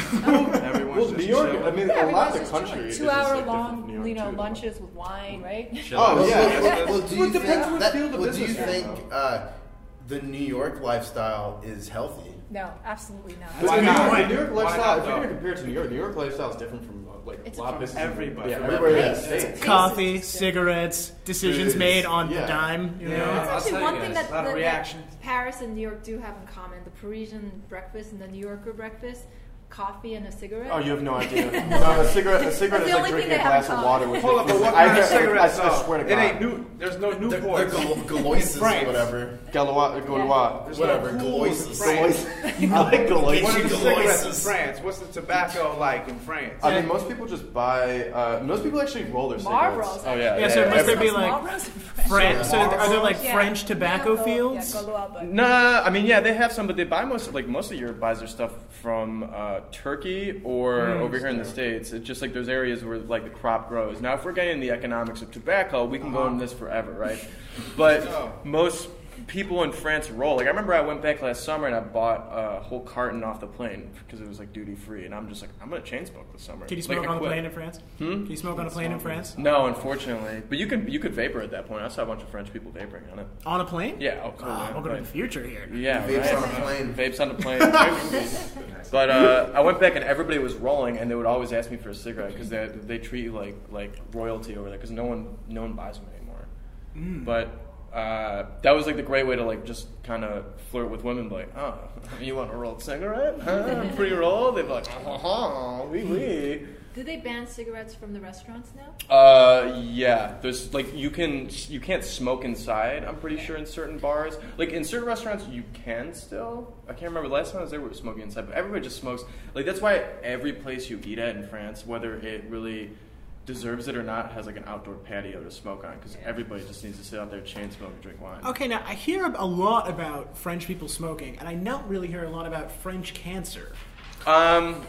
Everyone's well, New York, I mean, a lot of the country. is just,
Two hour
like, different from New
long,
York,
you know,
too.
lunches with wine, right?
Chill out.
Oh,
Well,
yeah.
well,
that's-
well, do
well,
you
it depends
think
what
that-
field of
well, do you
business you're in,
think uh, the New York lifestyle is healthy?
[laughs] No, absolutely not.
Why
a good
not?
point.
New York
Why
lifestyle,
not,
if you're going
though?
to compare it to New York, New York lifestyle is different from, uh, like,
It's
a lot of
from
businesses.
everybody.
Yeah,
From
everywhere in the
everybody.
States.
Coffee, cigarettes, decisions
Food.
made on
Yeah.
the dime. You know?
That's
I'll
actually
tell
one
you
thing
guys,
that,
a lot of
that- that
reactions.
Paris and New York do have in common: the Parisian breakfast and the New Yorker breakfast, coffee and a cigarette.
Oh,
[laughs]
you have no idea. no, a cigarette, a cigarette
That's
is
the
like
only thing
drinking a
they have in
glass of
common.
water with
Hold
your
up, but
food.
what
I-
kind
I-
of cigarettes?
I,
though?
swear to God.
It ain't new. There's no
They're,
Newport.
they're gal-
[laughs]
Galoises,
France.
whatever.
Galois, Gaulois.
There's no
Whatever,
pools in
Galoises.
France.
I like Galois. [laughs]
What are the
Galoises.
cigarettes in France? What's the tobacco like in France?
I mean, most people just buy. Uh, most people actually roll their
Marlboro's.
cigarettes. Oh yeah.
Yeah, so must there
Everybody
be
smells
like
Marlboro's in France.
French? So are there like
Yeah.
French tobacco
Yeah, Gaulois-
fields?
Yeah, Gaulois, but
Nah, I mean, yeah, they have some, but they buy most. Like most of Europe buys their stuff from uh, uh, Turkey or
Mm-hmm.
Mm,
over here in the states. It's just like there's areas where like the crop grows. Now, if we're getting the economics of tobacco, we can
Uh-huh.
go on this forever, right?
[laughs]
But most people in France roll. Like I remember I went back last summer and I bought a whole carton off the plane because it was like duty free, and I'm just like I'm gonna chain smoke this summer.
Can you
Like, Hmm?
smoke
I
on a
quit.
plane in France? Can you smoke on a plane in France?
No, unfortunately. But you could you could vapor at that point. I saw a bunch of French people vaporing on it.
On a plane?
Yeah. Oh,
Ah,
man,
welcome to
like-
the future here.
Yeah.
Vapes
right.
on
[laughs]
a plane.
Vapes on a plane. Vaping. but uh, I went back and everybody was rolling, and they would always ask me for a cigarette because they they treat you like like royalty over there because no one no one buys them anymore.
Mm.
But uh, that was like the great way to like just kind of flirt with women, like, oh, [laughs] you want a rolled cigarette? Huh? Pre-roll? They'd be like, oh, wee wee.
Do they ban cigarettes from the restaurants now?
Uh, yeah. There's like you can you can't smoke inside. I'm pretty sure in certain bars, like in certain restaurants, you can still. I can't remember the last time I was there. We were smoking inside, but everybody just smokes. Like that's why every place you eat at in France, whether it really deserves it or not, has like an outdoor patio to smoke on because everybody just needs to sit out there, chain smoke, and drink wine.
Okay, now I hear a lot about French people smoking, and I don't really hear a lot about French cancer.
Um.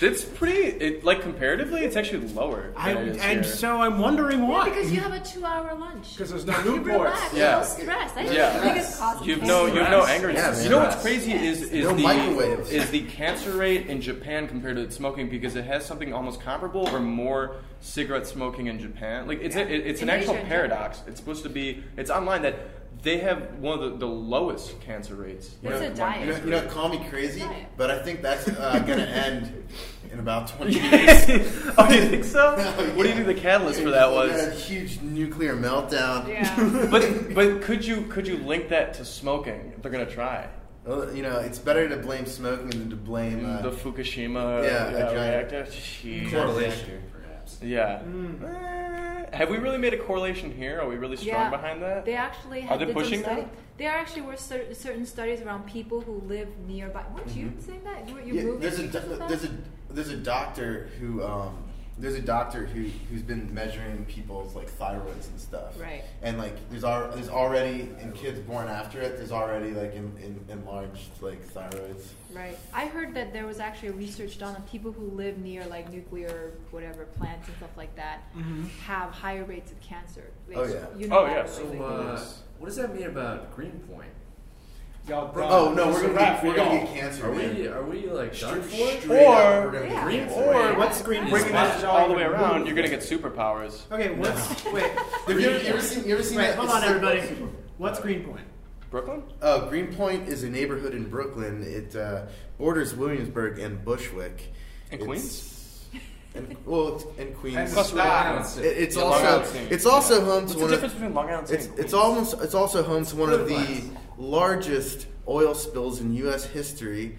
It's pretty, it, like comparatively, it's actually lower. Than
I,
it is
and
here.
so I'm wondering why.
[laughs] because you have a two-hour lunch. Because
there's no mood
relax,
Yeah.
no stress. I think
Yeah.
the biggest cause of
You've
cancer
no,
is
you have no
stress.
anger.
Yes.
You know what's
Yes.
crazy is is
No
the
microwaves.
is the cancer rate in Japan compared to smoking because it has something almost comparable or more cigarette smoking in Japan. Like it's a, it- it's an
In
actual
Asia in general.
paradox. It's supposed to be it's online that they have one of the, the lowest cancer rates.
You know, You know, you know, call me crazy, but I think that's uh, going to end in about 20 years.
[laughs] oh, you
[laughs]
think so? What do you think the catalyst for that
We've
was?
got a huge nuclear meltdown.
[laughs] but but could you could you link that to smoking? They're gonna try.
Well, Oh, you know, it's better to blame smoking than to blame uh,
the Fukushima
yeah, a
uh,
giant
reactor. Jeez.
correlation,
perhaps.
Yeah.
Mm.
Eh, Have we really made a correlation here? Are we really strong
Yeah.
behind that?
They actually
Are
had
they
did some
pushing
study-
that?
There actually were cer- certain studies around people who live nearby. Weren't
Mm-hmm.
you
Mhm.
saying that? You, were- you
Yeah,
moving
there's a
because of
do-
that?
there's a there's a doctor who um, there's a doctor who who's been measuring people's like thyroids and stuff.
Right.
And like there's al- there's already in kids born after it there's already like in, in, enlarged like thyroids.
Right. I heard that there was actually research done on people who live near like nuclear whatever plants and stuff like that
Mhm.
have higher rates of cancer. They-
Oh, yeah.
You know
Oh
that,
yeah.
right?
So, uh, what does that mean about Greenpoint?
Y'all
Oh, no, we're gonna get- we're gonna get cancer,
Are
man.
we? Are we like
Straight-
done for?
straight up,
Or
we're gonna
Yeah.
get
or
cancer.
what's
green-
Bringing
Yeah.
this all the way around,
Yeah.
you're gonna get superpowers.
Okay, what's wait?
Have you ever, you ever seen? You ever seen
Wait,
that?
hold
it's
on,
like-
everybody. What's Greenpoint?
Brooklyn?
Uh, Greenpoint is a neighborhood in Brooklyn. It uh, borders Williamsburg and Bushwick.
And
It's-
Queens?
And, well, it's, and Queens.
And plus Long Island City.
It- it's
Yeah, Long
also
Island City.
it's also home
What's
to
the
one
difference
of,
between Long Island City
It's,
and
it's
Queens?
almost it's also home to one of
Middle
the largest oil spills in U.S. history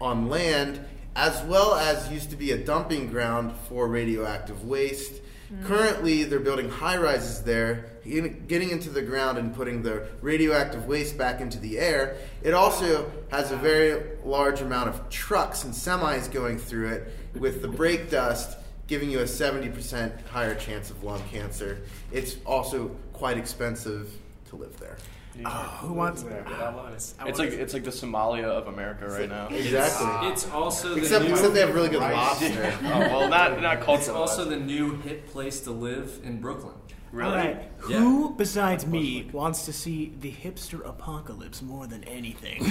on land, as well as used to be a dumping ground for radioactive waste. Currently, they're building high rises there, in, getting into the ground and putting the radioactive waste back into the air. It also has a very large amount of trucks and semis going through it with the brake dust. Giving you a 70% higher chance of lung cancer. It's also quite expensive to live there.
who wants that?
It's like it's like the Somalia of America right now.
Exactly.
It's also the
except
new-
except they have really good
Right. [laughs]
lobster.
oh, well, not not
It's
cultural.
also the new hip place to live in Brooklyn.
All right.
Yeah.
Who besides me wants to see the hipster apocalypse more than anything?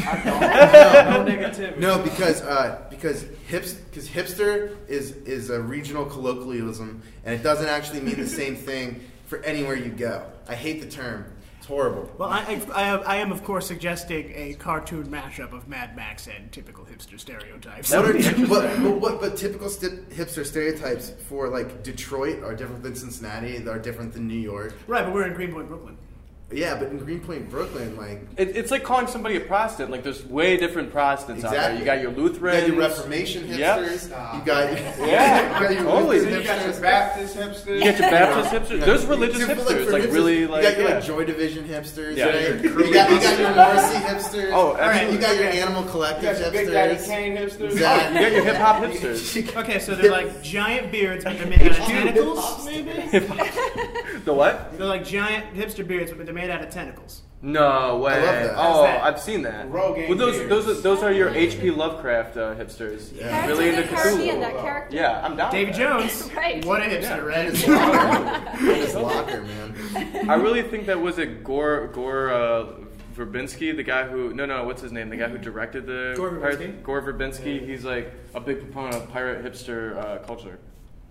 no, No, because uh, because hips because hipster is is a regional colloquialism, and it doesn't actually mean
[laughs]
the same thing for anywhere you go. I hate the term. It's horrible.
Well, I, I, I, have, I am, of course, suggesting a cartoon mashup of Mad Max and typical hipster stereotypes.
What are but, but what but typical sti- hipster stereotypes for like Detroit are different than Cincinnati. They are different than New York.
[laughs] Right, but we're in Greenpoint, Brooklyn.
Yeah, but in Greenpoint, Brooklyn, like
It, it's like calling somebody a Protestant. Like there's way different Protestants out there. You got your
you got
Lutherans,
your Reformation
Yep.
hipsters. You got [laughs]
Yeah.
you got your
Totally.
Lutheran
You got
hipsters.
your
Baptist hipsters.
You got your Baptist
Yeah.
hipsters.
Yeah.
There's religious
Dude, but,
hipsters,
for
like
hipsters,
really
You
like
got your
yeah.
like Joy Division hipsters.
[laughs] Yeah.
Right?
Your
You got you got your
Curly-
Morrissey hipsters.
Oh,
right. You got your
absolutely.
Animal
You
Collective
got your
hipsters.
Big Daddy Kane hipsters.
Exactly.
You got your hip
[laughs]
hop hipsters.
Okay, so they're like giant beards, but they're made out of tentacles.
[laughs]
The what?
They're like giant hipster beards, but they're made out of tentacles.
No way!
I love that.
Oh,
How's that?
I've seen that.
Rogaine
well, those
beers.
those are, those are your H.P. Lovecraft uh, hipsters.
Yeah.
Really into
Pirates of the Caribbean,
Cthulhu.
that character.
Yeah, I'm down.
David
with that.
[laughs]
Jones.
Right.
What a hipster,
locker, man.
I really think that was it. Gore Gore uh, Verbinski, the guy who no no what's his name? The guy who directed the
Gore
Pirates-
Verbinski?
Gore Verbinski. He's like a big proponent of pirate hipster uh, culture.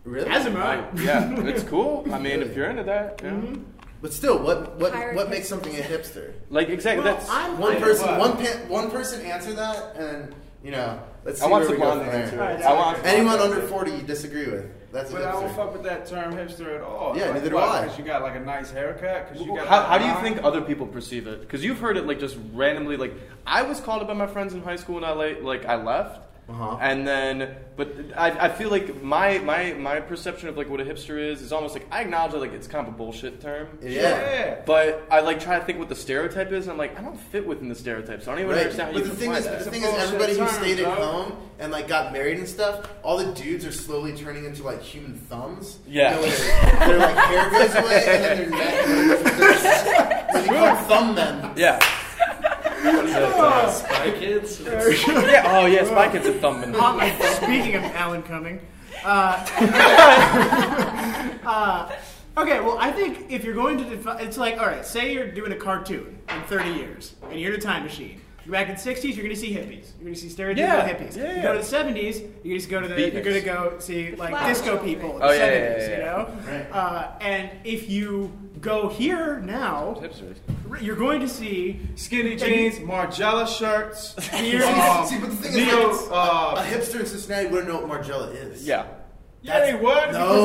Really?
As am I.
Like,
[laughs]
yeah, it's cool. I mean, if you're into that, yeah.
Mm-hmm. But still, what what
Pirate
what makes something a hipster?
like exactly that's
one person. One pa- one person answer that, and you know, let's see
I want
where we
someone
go
to
from there.
answer it. I want-
anyone under forty you disagree with. That's a
But I don't
hipster.
fuck with that term hipster at all.
Yeah,
Like,
neither do
why?
I.
'Cause you got like a nice haircut. 'Cause you got
How,
that
how do you
line.
think other people perceive it? Because you've heard it like just randomly. Like I was called up by my friends in high school and I la- like I left,
Uh-huh.
and then but I, I feel like my my my perception of like what a hipster is is almost like I acknowledge that like it's kind of a bullshit term.
Yeah. Yeah.
But I like try to think what the stereotype is. and I'm like I don't fit within the stereotype, so I don't even
Right.
understand how
But
you
the thing
define
is,
that.
the thing is, everybody who stayed at home and like got married and stuff, all the dudes are slowly turning into like human thumbs.
Yeah.
You know, where their like hair goes away and then their neck.
[laughs]
They become thumb men.
Yeah.
Spy
[laughs]
Kids?
[laughs] yeah. Oh yeah, Spy Kids are thumbing.
Oh, Speaking of Alan Cumming, uh, [laughs] uh, okay. Well, I think if you're going to, defi- it's like all right. Say you're doing a cartoon in 30 years, and you're in a time machine. You're Back in the 60s, you're going to see hippies. You're going to see stereotypical
Yeah,
hippies.
yeah,
You go
yeah.
to the 70s, you're just go to the.
Beatniks.
You're going to go see like
flower
disco
children.
people. in
Oh,
the
yeah, yeah,
70s,
yeah,
You know.
yeah.
Uh, and if you go here now,
hipsters.
you're going to see
skinny
jeans,
Margiela shirts.
[laughs]
um, uh,
See,
beards,
see, but the thing is,
Neo,
like, it's- a, a hipster in Cincinnati wouldn't know what Margiela is.
Yeah.
Yeah, they would.
No,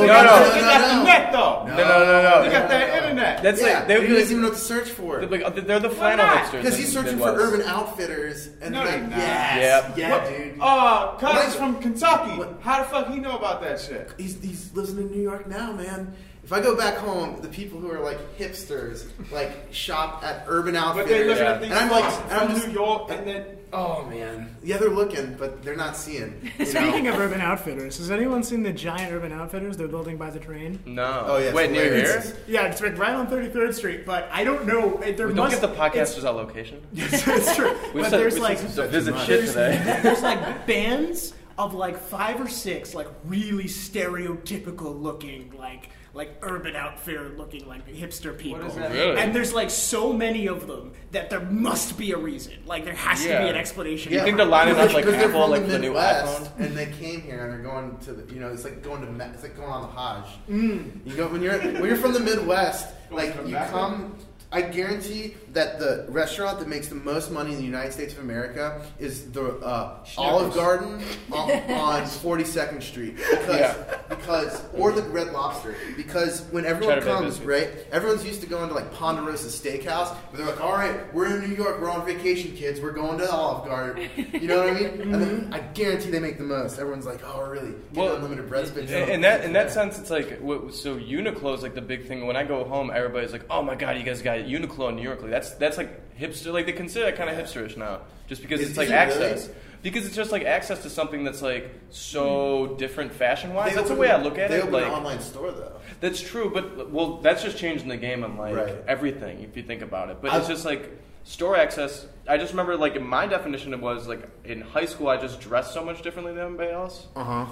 because they
no,
got,
no,
they
no,
got
no.
the net though.
No, no, no, no.
They got that internet.
That's
yeah,
like they
he
like-
doesn't even know what to search for.
They're, like, oh, they're the flannel
not?
hipsters.
Because he's
than-
searching
than
for
was.
urban outfitters, and
No,
like,
they're not.
yes,
Yep.
yeah, dude.
Uh,
Like-
Cousins from Kentucky. How the fuck he know about that
[laughs]
shit?
He's, he's lives in New York now, man. If I go back home, the people who are like hipsters like shop at Urban
But
Outfitters,
they looking at these
and I'm like,
spots
and I'm
from
just,
New York, and then
oh man, yeah, they're looking, but they're not seeing. you
Speaking
know?
of Urban Outfitters, has anyone seen the giant Urban Outfitters they're building by the train?
No.
Oh, yeah, it's
Wait, near
hilarious.
here?
Yeah, it's like right on 33rd Street, but I don't know. It- There
We don't get
must
the [laughs]
it's-
podcasters on location.
It's, it's true.
We
but
said-
there's
we said
like
some visit
there's-
shit today.
[laughs] There's like bands of like five or six like really stereotypical looking like like urban outfitter looking like hipster people.
is that?
Really?
And there's like so many of them that there must be a reason. Like there has to
Yeah.
be an explanation.
You think they're lining up like
Because they're
Apple,
from
like
the
the new
Midwest,
iPhone?
and they came here and they're going to the, you know, it's like going to, Me- it's like going on the Hajj. You go when you're when you're from the Midwest, like
Mm. from
you
Mecca?
come. I guarantee that the restaurant that makes the most money in the United States of America is the uh, Olive Garden on, on 42nd Street because
Yeah.
because or the Red Lobster because when everyone
Cheddar Bay
comes
biscuits.
right everyone's used to going to like Ponderosa Steakhouse but they're like all right we're in New York we're on vacation kids we're going to Olive Garden you know what I mean
[laughs]
and then I guarantee they make the most everyone's like oh really Get
Well,
unlimited bread
In, in that in that sense, it's like what, so Uniqlo's like the big thing. When I go home, everybody's like, "Oh my god, you guys got Uniqlo in New York." Like that's that's like hipster. Like they consider that kind of hipsterish now, just because
Is-
it's like
is it really?
access. Because it's just like access to something that's like so different fashion wise.
They
That's the
open-
way I look at
they
it.
open
Like
an online store though
That's true, but well, that's just changing the game on like
Right.
everything if you think about it. But it's
I-
just like store access. I just remember like in my definition it was like in high school I just dressed so much differently than everybody else.
uh huh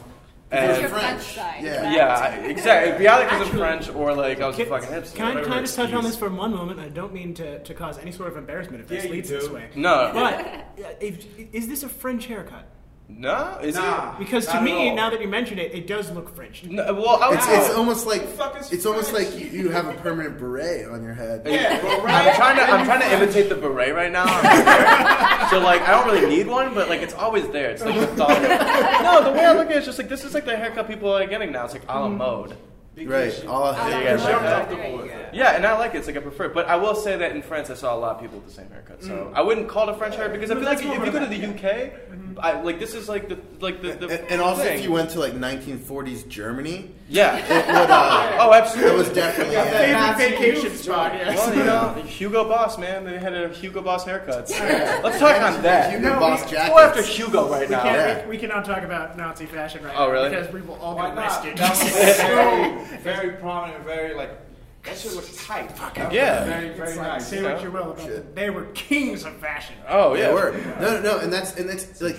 And-
Your French side.
yeah
yeah, I, exactly. Be either because I'm French or like I was a
Can,
fucking hipster.
can I,
whatever
can I just touch on
excuse.
this for one moment? I don't mean to, to cause any sort of embarrassment if this
Yeah, you
leads this
do. [laughs]
way.
No.
But uh, if, is this a French haircut?
No, is
Nah.
it?
Because to
Not at
me,
all.
now that you mention it, it does look French. to me.
Oh, No, well, I was.
it's, it's almost like
fuck is
it's almost
French?
like you, you have a permanent beret on your head
yeah, but
I'm
right. [laughs]
trying to I'm trying to imitate the beret right now. I'm [laughs] scared. so like I don't really need one, but like it's always there. It's like the thought. of it. No, the way I look at it is just like this is like the haircut people are getting now. It's like
Mm-hmm.
a la mode.
right all
Yeah, you
head.
guys like that?
comfortable with it.
Yeah, and I like it. It's like I prefer it. But I will say that in France, I saw a lot of people with the same haircut. So
Mm.
I wouldn't call it a French haircut because I feel like if you go to the UK, I, like this is like the like the, the
Mm-hmm. and, and also
thing.
if you went to like 1940s Germany [laughs]
yeah.
it would uh,
oh, absolutely.
it was definitely yeah.
vacation spot.
Well, you know, Hugo Boss, man, they had a Hugo Boss haircuts. Let's talk on that.
Hugo Boss jackets.
Go after Hugo right
We,
now.
can't,
yeah.
we, we cannot talk about Nazi fashion right
Oh,
now
really?
[laughs] because we will all
Why
get
not?
arrested.
That was very, very prominent, very like
That shit looks tight.
Fucking
Yeah.
very, very
It's like,
nice,
Say
you
what
know?
you will about it. They were kings of fashion.
Oh,
They were. No, no, no, and that's and that's like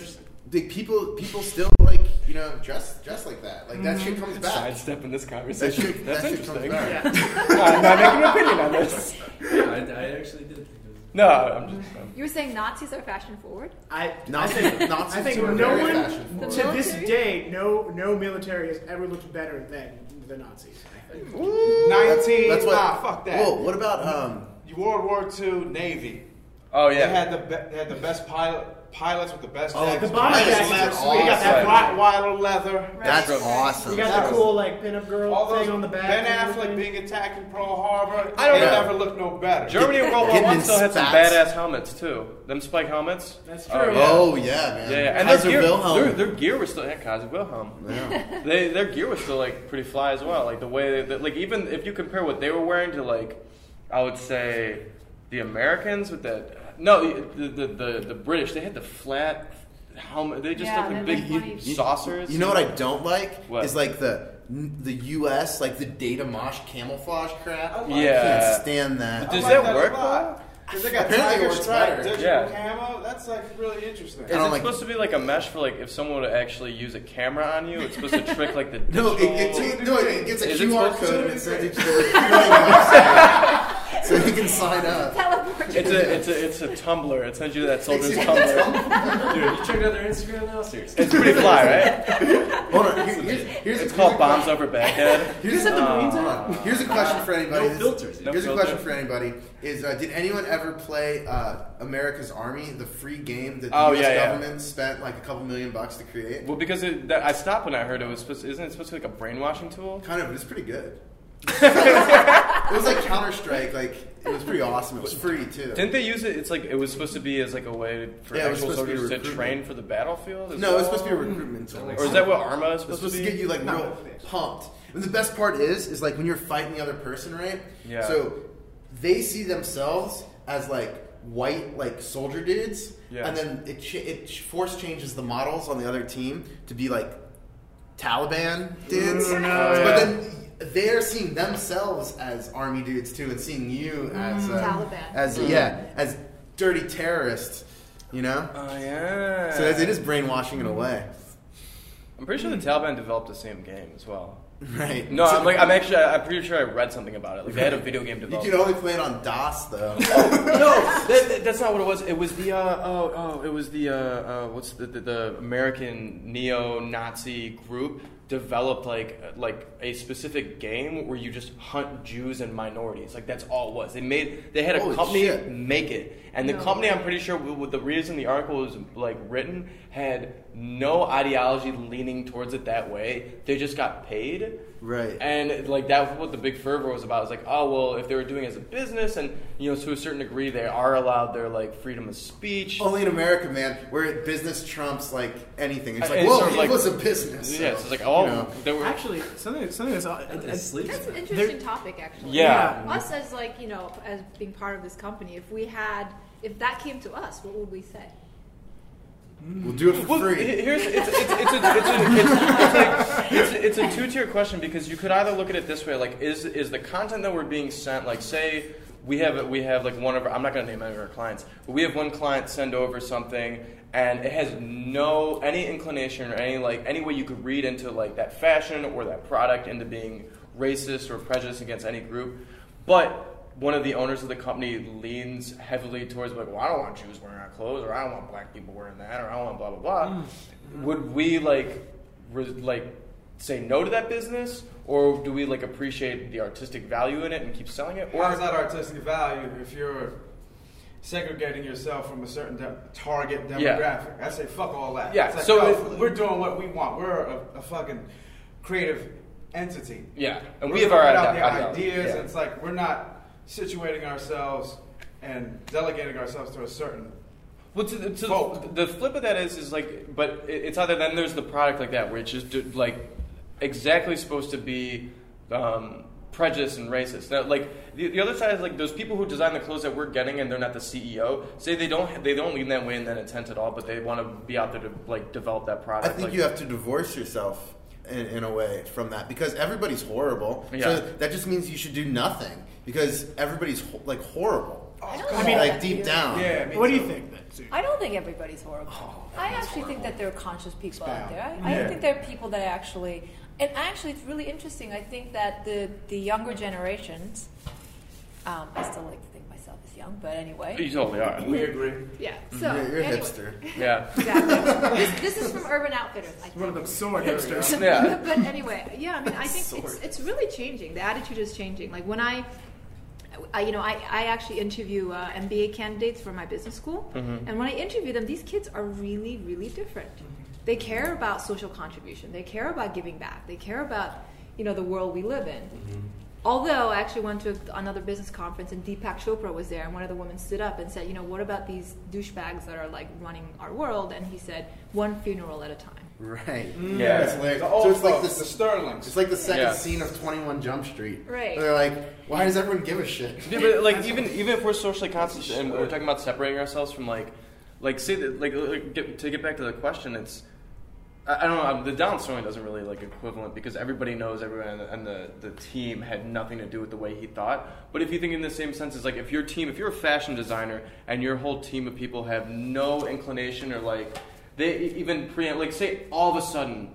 the people people still like you know dress dress like that. Like that shit comes back.
Sidestep in this
That
conversation.
shit,
That's
that shit comes
interesting.
back.
I'm not making an opinion on this.
Yeah, I, I actually did. think it was-
No, I'm just. I'm-
You were saying Nazis are fashion forward?
I,
Nazis-
I think,
Nazis
I think
were
no
very
one
fashion-forward.
to
The
this
military?
day, no no military has ever looked better than the Nazis. I think.
Nineteen.
That's what-
Ah,
nah, fuck that.
Whoa, what about um?
World War II Navy.
Oh
They
yeah.
had the be- they had the best pilot pilots with the best.
Oh,
jackets.
the bomber
Pilot
jackets
slacks.
are
They got that
awesome.
black wire leather.
That's
Right.
awesome.
You got the cool like pinup girl
All those
thing on the back.
Ben
and everything.
Affleck being attacked in Pearl Harbor.
I don't
it
know.
never looked no better.
Germany in World War
Getting
One
in
still had some
spats.
badass helmets too. Them spike helmets.
That's
Oh,
true.
yeah.
Oh yeah, man.
Yeah, yeah. and
Kaiser
their gear,
Wilhelm.
Their, their gear was still yeah, Kaiser Wilhelm. [laughs]
Yeah.
they their gear was still like pretty fly as well. Like the way that like even if you compare what they were wearing to like I would say the Americans with the no the the the, the British they had the flat helmet. They just
Yeah,
looked like
they're
big
like funny.
You-
saucers.
You know what I don't like
What?
is like the the U.S. like the data mosh camouflage crap.
Oh,
I
Yeah.
can't stand that.
Does
I like
that work?
a lot. Because they got
Apparently it
tiger
works
stripe,
better.
digital
Yeah.
camo. That's like really interesting.
I
Is
don't
it
like-
supposed to be like a mesh for like if someone would actually use a camera on you? It's supposed to trick
[laughs]
like the
No, it, it,
digital-
no, it gets a
Is it
QR
supposed to
code
be
and it sends it to the [laughs] so you can sign
[laughs]
up.
Teleport.
It's a it's a it's a Tumblr. It sends you to that soldier's Tumblr.
Dude, you checked out their Instagram now? Seriously.
It's pretty fly, right?
Hold on. Here, here's, here's
It's
a,
called
here's a-
bombs over Baghdad.
Here's, uh, here's a question for anybody.
No
This-
filters.
No
here's
filter.
a question for anybody: Is uh, did anyone ever play uh, America's Army, the free game that the
Oh,
U.S.
yeah, yeah.
government spent like a couple million bucks to create?
Well, because it, that, I stopped when I heard it was supposed. Isn't it supposed to be like a brainwashing tool?
Kind of. It was pretty
[laughs]
good. it was like Counter Strike. Like it was pretty awesome. It was free too.
Didn't they use it? It's like it was supposed to be as like a way for
Yeah, it was
actual
supposed to be
soldiers to,
recruitment.
train for the battlefield. as
no, it was
well?
supposed to be a recruitment tool.
Or is that what Arma is
It's
supposed,
supposed to get you like real pumped. And the best part is, is like when you're fighting the other person, right?
Yeah.
So they see themselves as like white, like soldier dudes,
Yeah.
and then it ch- it ch- force changes the models on the other team to be like Taliban dudes.
Ooh, no,
But
yeah.
then they're seeing themselves as army dudes too, and seeing you as uh,
Taliban.
as yeah, as dirty terrorists. You know.
Oh yeah.
So it is brainwashing in a way,
I'm pretty sure the Taliban developed the same game as well.
right?
No,
So-
I'm like I'm actually I'm pretty sure I read something about it. Like they had a video game
[laughs] You
developed.
can only play it on DOS though. [laughs]
no, that, that- that's not what it was. It was the uh, oh oh, it was the uh, uh, what's the, the the American neo-Nazi group developed like uh, like a specific game where you just hunt Jews and minorities. Like that's all it was. They made they had a
Holy
company
shit.
make it, and the
No.
company I'm pretty sure w- with the reason the article was like written had no ideology leaning towards it that way. They just got paid.
Right.
And like that's what the big fervor was about. It was like, oh well, if they were doing it as a business, and you know, to a certain degree, they are allowed their like freedom of speech.
Only in America, man, where business trumps like anything. It's
Uh,
like,
it's
whoa,
sort of like-
it was a business.
yeah, so it's like, oh,
you know.
they were.
Actually, something something that's uh, I,
They
I-
sleep
That's an
with it.
interesting topic, actually.
Yeah.
Us as like you know, as being part of this company, if we had, if that came to us, what would we say?
we'll do it for
Well,
free.
he- here's it's, it's, it's, a, it's, a, it's, it's, like, it's, a- it's a two-tier question because you could either look at it this way, like is is the content that we're being sent, like say we have we have like one of our, I'm not going to name any of our clients, but we have one client send over something and it has no any inclination or any like any way you could read into like that fashion or that product into being racist or prejudiced against any group, but one of the owners of the company leans heavily towards like, well, I don't want Jews wearing our clothes, or I don't want black people wearing that, or I don't want blah blah blah.
Mm.
Would we like, re- like, say no to that business, or do we like appreciate the artistic value in it and keep selling it? Or
Why is that artistic value if you're segregating yourself from a certain de- target
Yeah.
demographic? I say fuck all that.
Yeah,
It's like,
so
no,
if-
we're doing what we want. We're a, a fucking creative entity.
yeah, and
We're
we have
gonna
our
put out
ide-
the
ide-
ideas,
yeah.
and it's like we're not situating ourselves and delegating ourselves to a certain.
Well, to, the- to
Folk.
the flip of that is, is like, but it- it's either then there's the product like that, which is d- like exactly supposed to be um, prejudiced and racist. Now, like the, the other side is like those people who design the clothes that we're getting and they're not the CEO. Say they don't they don't lean that way in that intent at all, but they want to be out there to like develop that
I
product.
think
like,
you have to divorce yourself in, in a way from that because everybody's horrible.
Yeah.
So that just means you should do nothing because everybody's ho- like horrible.
I mean-
like deep down.
Yeah, me
What do you think then?
I don't think everybody's horrible.
Oh,
I actually think that there are conscious people out there. I, I
Yeah.
think there are people that actually, and actually, it's really interesting. I think that the the younger generations, um, I still like to think myself as young, but anyway,
You totally are.
We agree. Yeah. So
Mm-hmm. You're- you're a
anyway.
hipster. Yeah.
Exactly. this, this is from Urban Outfitters. I
One of them sword
think. [laughs]
hipsters.
but anyway, yeah. I mean, I
Sword.
think it's it's really changing. The attitude is changing. Like when I. I, you know, I, I actually interview uh, MBA candidates for my business school,
Mhm.
and when I interview them, these kids are really, really different. They care about social contribution. They care about giving back. They care about, you know, the world we live in. Although I actually went to another business conference and Deepak Chopra was there, and one of the women stood up and said, "You know, what about these douchebags that are like running our world?" And he said, "One funeral at a time."
Right.
Mm. Yeah.
That's hilarious.
The old
so it's like
folks,
the,
the Sterlings.
It's like the second
Yeah.
scene of Twenty One Jump Street.
Right.
Where they're like, why does everyone give a shit?
Yeah, but like even even if we're socially conscious and we're talking about separating ourselves from like like say that like, like get, to get back to the question, it's I, I don't know um, the Don Sterling doesn't really like equivalent because everybody knows everyone and the, and the the team had nothing to do with the way he thought. But if you think in the same sense, it's like if your team, if you're a fashion designer and your whole team of people have no inclination or like they e, even pre like say all of a sudden.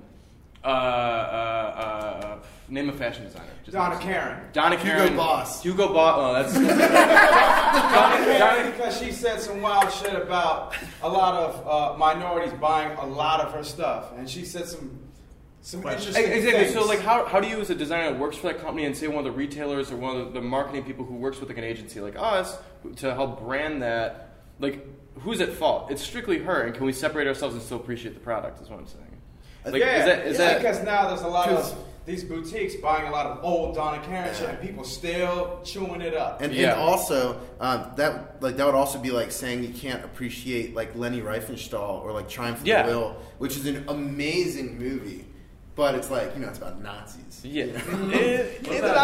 Uh, uh, uh, name a fashion designer. Just-
Donna Karan.
Donna
Hugo
Karen.
Boss.
Hugo Boss. Oh, that's
[laughs] Donna Karen, because she said some wild shit about a lot of uh, minorities buying a lot of her stuff, and she said some some interesting
exactly.
things.
So, like, how, how do you, as a designer that works for that company, and say one of the retailers or one of the, the marketing people who works with like an agency like us to help brand that? Like, who's at fault? It's strictly her, and can we separate ourselves and still appreciate the product? Is what I'm saying. Like,
Uh, yeah,
is that is
yeah,
that
because now there's a lot
Because-
of these boutiques buying a lot of old Donna Karen shit, and people still chewing it up.
And, and also um, that like that would also be like saying you can't appreciate like Lenny Riefenstahl or like Triumph of
Yeah.
the Will, which is an amazing movie, but it's like you know it's about Nazis.
Yeah, [laughs]
I'm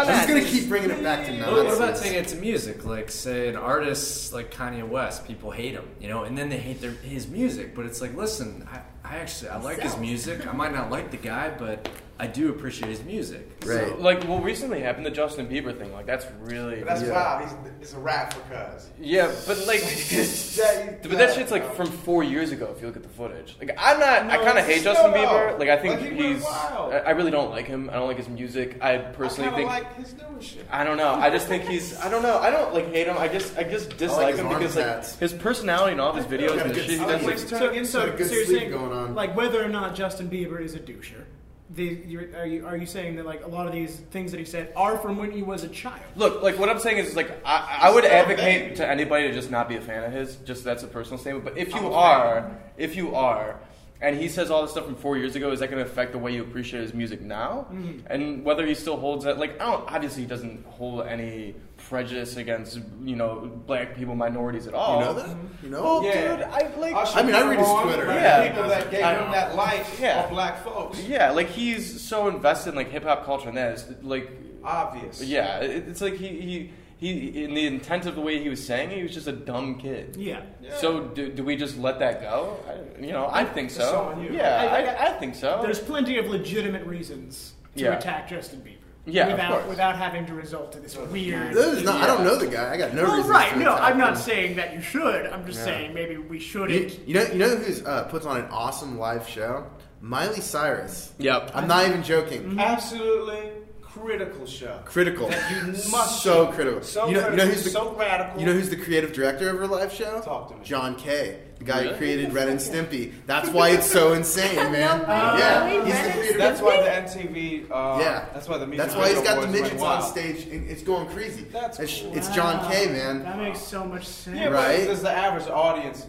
just gonna keep bringing it back to
What, what
Nazis.
about taking it to music? Like, say, an artist like Kanye West, people hate him, you know, and then they hate their, his music. But it's like, listen, I, I actually I like his
Self.
music. I might not like the guy, but I do appreciate his music.
So, like, what recently happened the Justin Bieber thing? Like, that's really
But that's
yeah.
wild. He's, it's a rap for cuz.
Yeah, but
[laughs]
like, [laughs]
That-
but that shit's like from four years ago. If you look at the footage, like I'm not. I
No,
kind of hate
still
Justin
no.
Bieber. Like I think
Like, he went
he's.
wild.
I, I really don't like him. I don't like his music. I
I
personally
kind of
think.
like his new shit.
I don't know. I just think he's. I don't know. I don't like hate him. I just. I just dislike
his
him
arm
because like
tats.
his personality and all of his videos and the shit he does. Like,
like whether or not Justin Bieber is a doucher, the, you're, are you are you saying that like a lot of these things that he said are from when he was a child?
Look, like what I'm saying is, is, like I, I would advocate to anybody to just not be a fan of his. Just that's a personal statement. But if
I'm a
you
fan.
are, if you are, and he says all this stuff from four years ago, is that going to affect the way you appreciate his music now?
Mhm.
And whether he still holds that, like I don't. Obviously, he doesn't hold any prejudice against you know black people, minorities at all.
know that? You know?
Well,
Yeah.
dude, I like.
Usher was wrong, but
Yeah.
The people that gave
I-
him that life
Yeah.
are black folks.
Yeah, like he's so invested in like hip hop culture and that is like
obvious.
Yeah, it- it's like he he he in the intent of the way he was saying it, he was just a dumb kid.
Yeah.
So do, do we just let that go? I, you know, I think so.
It's on you.
Yeah,
I-
I, I think so.
There's plenty of legitimate reasons to
Yeah.
attack Justin Bieber.
Yeah, of
without
course.
without having to result to this weird.
This is not- I don't know the guy. I got no
Well,
reasons
right?
to
no,
attack
I'm not
him.
saying that you should. I'm just
Yeah.
saying maybe we
You,
shouldn't.
you know, you know who's uh, puts on an awesome live show? Miley Cyrus.
Yep.
I'm not even
Mm-hmm.
joking.
Absolutely critical show.
Critical.
That you must
so
do.
critical.
So
you know, you know
critical,
who's the,
so radical.
You know who's the creative director of her live show? Talk to me. John Kay, the guy
Really?
who created Red and Stimpy. That's why it's
[laughs]
so insane, man. yeah, he's the creator.
That's why the MTV. Uh,
yeah,
that's why the music.
That's why he's
Video
got the
Awards went
midgets on
wild.
stage, and it's going crazy. That's it's, it's
Wow.
John Kay, man.
That makes so much sense.
Yeah, but does the average audience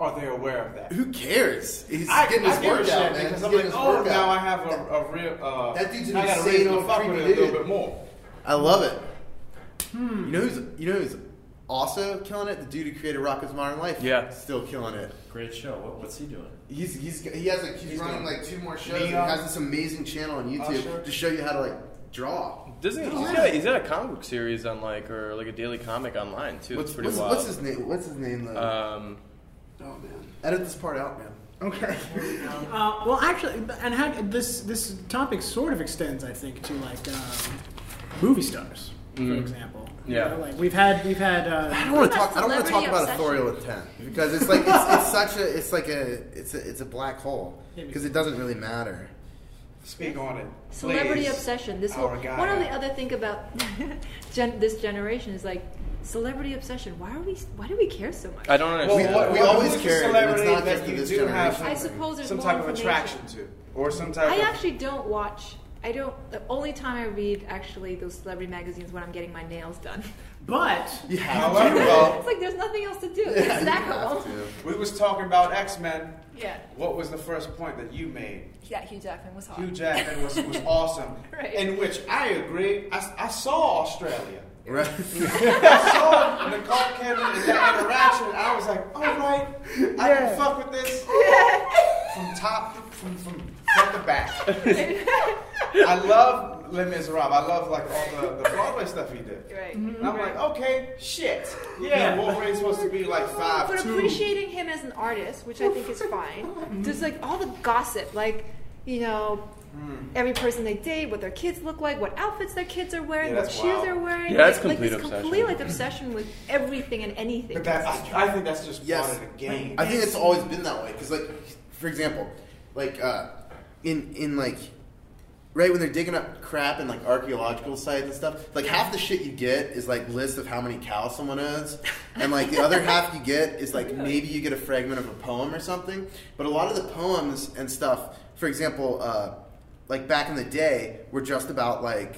are they aware of that?
Who cares? He's
I,
getting
I
his
give a
workout,
shit
man.
Because
He's
I'm
getting
like,
his
oh,
workout.
now I have a, a real. Uh,
That dude's an
I got a
insane
reason to
old
fuck with
creepy
it a little
dude.
bit more.
I love it. You know who's you know who's also killing it? The dude who created Rocket's Modern Life. Yeah, still killing it.
Great show. What, what's he doing?
He's he's he has like he's,
He's
running
doing
like two more shows.
Neon.
and He has this amazing channel on YouTube
Usher.
to show you how to like draw.
Doesn't he? He's got, a, he's got a comic book series on like or like a daily comic online too.
What's,
it's pretty
what's,
wild. Uh,
what's his name? What's his name though?
Um,
oh man, edit this part out, man.
Okay. Uh, well, actually, and how, this this topic sort of extends, I think, to like um, movie stars, for
Mhm.
example.
Yeah.
You know, like we've had we've had. Uh,
I don't want to talk. I don't want to talk about authorial intent because it's like it's, it's such a it's like a it's a it's a black hole because it doesn't really matter.
Speak on it.
Celebrity obsession. This whole,
our guy.
one of the other thing about [laughs] gen, this generation is like celebrity obsession. Why are we? Why do we care so much?
I don't understand.
Well, what-
We
what-
always
who's the
care, and it's
celebrity
not just
that
to
you
this
do have
generation.
I suppose there's
some
more
type of
information.
attraction to, or some type
I
of.
actually don't watch. I don't. The only time I read actually those celebrity magazines when I'm getting my nails done.
But
[laughs]
However,
[laughs]
though,
it's like there's nothing else to do. it's that home.
we was talking about X Men.
Yeah.
What was the first point that you made?
Yeah, Hugh Jackman was hot.
Hugh Jackman was, was awesome.
Right.
In which I agree. I, I saw Australia.
Right.
[laughs] I saw Nicole Kidman in that interaction. I was like, all right, I can fuck with this. From top, to- from, from, from the back. I love Les Miserables. I love like all the, the Broadway stuff he did.
Right.
And Mm-hmm. I'm like, okay, shit. Yeah, Wolverine's supposed to be like five
But
two.
appreciating him as an artist, which I think is fine. Just like all the gossip, like you know,
Hmm.
every person they date, what their kids look like, what outfits their kids are wearing,
Yeah,
what
that's
shoes
wild.
they're wearing.
Yeah, that's
like,
complete
like this complete like obsession with everything and anything.
But that, I, I think that's just
Yes.
part of the game.
I think it's always been that way. Because, like, for example, like uh, in in like right when they're digging up crap in like archaeological sites and stuff, like half the shit you get is like list of how many cows someone owns, and like the other half you get is like maybe you get a fragment of a poem or something. But a lot of the poems and stuff, for example, uh, like back in the day, were just about like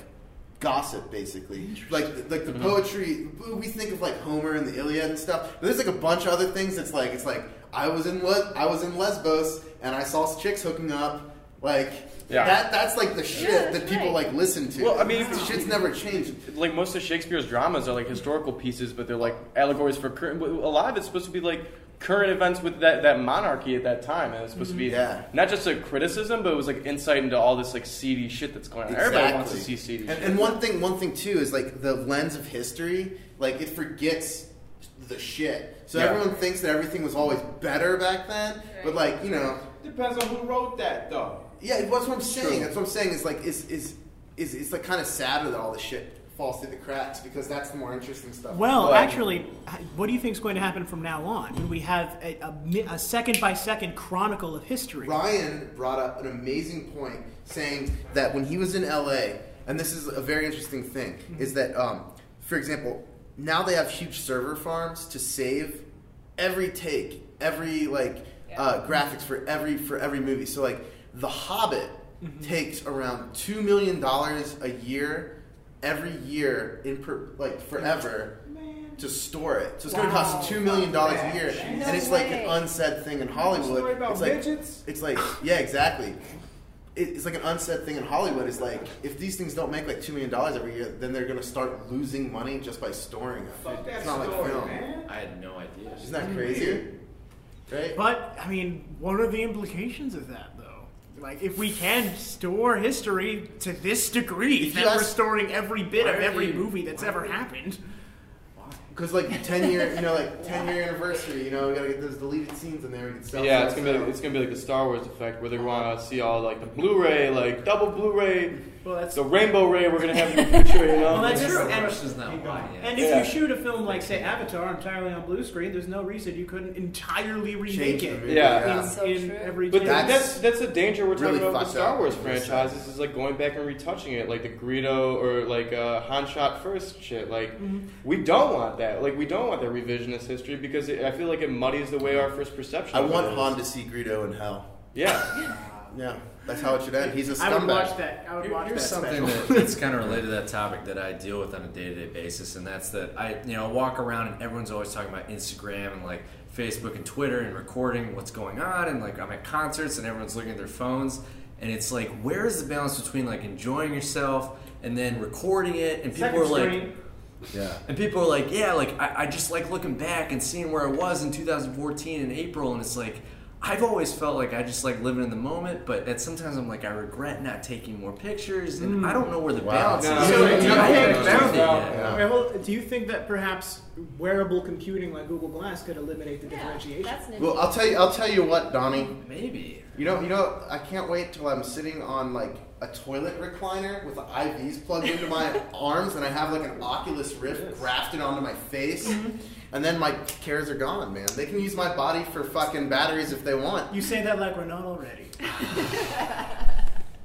gossip basically like like the poetry we think of like homer and the iliad and stuff but there's like a bunch of other things that's like it's like i was in what i was in lesbos and i saw chicks hooking up like
Yeah.
that that's like the shit
Yeah,
that people like listen to
Well, I mean,
The shit's never changed.
Like most of Shakespeare's dramas are like historical pieces, but they're like allegories for current. A lot of it's supposed to be like current events with that, that monarchy at that time, and it's supposed to be
Yeah.
not just a criticism, but it was like insight into all this like seedy shit that's going on. Everybody wants to see seedy.
And,
shit.
and one thing, one thing too is like the lens of history. Like it forgets the shit. So
Yeah.
everyone thinks that everything was always better back then. But like you know,
Depends on who wrote that, though.
yeah, it- that's what I'm saying. That's what I'm saying. Is like is is is it's like kind of sad that all this shit falls through the cracks because that's the more interesting stuff.
Well,
But-
actually, h- what do you think is going to happen from now on? When we have a, a, mi- a second by second chronicle of history.
Ryan brought up an amazing point saying that when he was in LA, and this is a very interesting thing,
Mm-hmm.
is that, um, for example, now they have huge server farms to save every take, every like uh, graphics for every for every movie. So like, The Hobbit
Mm-hmm.
takes around two million dollars a year, every year in per, like forever. To store it, so it's going to
Wow.
cost two million dollars a year,
No
and it's like an
way.
unsaid thing in
Story
Hollywood.
about
It's like
midgets?
it's like, yeah, exactly. It, it's like an unsaid thing in Hollywood. Is like, if these things don't make like two million dollars every year, then they're gonna start losing money just by storing them.
Fuck that
it's not like
story,
film.
man.
I had no idea.
Isn't that crazy? Right?
But, I mean, what are the implications of that, though? Like, if we can store history to this degree,
If
that
you
we're
ask-
storing every bit
Why
of
are
every
you-
movie that's
why
ever
are you-
happened.
Because like ten year, you know, like ten year anniversary, you know, we gotta get those deleted scenes in there. We can sell.
Yeah, it's
that
gonna be
stuff.
like, it's gonna be like the Star Wars effect where they want to see all like the Blu-ray, like double Blu-ray,
well, that's
the rainbow ray. We're gonna have in the future, you know.
Well, that's true.
The
And-
question is not why. yeah.
And if
Yeah.
you shoot a film like, say, Avatar entirely on blue screen, there's no reason you couldn't entirely remake
Change the
it.
movie,
Yeah.
yeah.
In,
So
in every
But
generation.
that's, that's that's a danger we're talking
really
about with the
fucked
Star
up.
Wars
Really
franchises is like going back and retouching it, like the Greedo or like uh, Han shot first shit. Like
Mm-hmm.
we don't want that. Like we don't want that revisionist history because it, I feel like it muddies the way our first perception.
I
of it
want
is.
Han to see Greedo in hell.
[laughs]
Yeah,
Yeah, that's how it should end. He's a
I would
scumbag.
watch that. I would
Here-
watch
here's
that
something
special.
[laughs]
that, that's kind of related to that topic that I deal with on a day-to-day basis, and that's that I, you know, walk around and everyone's always talking about Instagram and like Facebook and Twitter and recording what's going on, and like I'm at concerts and everyone's looking at their phones, and it's like, where is the balance between like enjoying yourself and then recording it, and people
Second
are like.
screen.
Yeah.
And people are like, yeah, like I, I just like looking back and seeing where I was in 2014 in April, and it's like, I've always felt like I just like living in the moment, but at sometimes I'm like I regret not taking more pictures, and I don't know where the balance
So,
is.
do you
I
think-
haven't found it yet.
Wait, hold on. Do you think that perhaps wearable computing like Google Glass could eliminate the
[laughs]
differentiation?
Well, I'll tell you. I'll tell you what, Donnie.
Maybe.
You know. You know. I can't wait till I'm sitting on like a toilet recliner with the IVs plugged into
[laughs]
my arms, and I have like an Oculus Rift grafted onto my face.
Mm-hmm.
And then my cares are gone, man. They can use my body for fucking batteries if they want.
You say that like we're not already.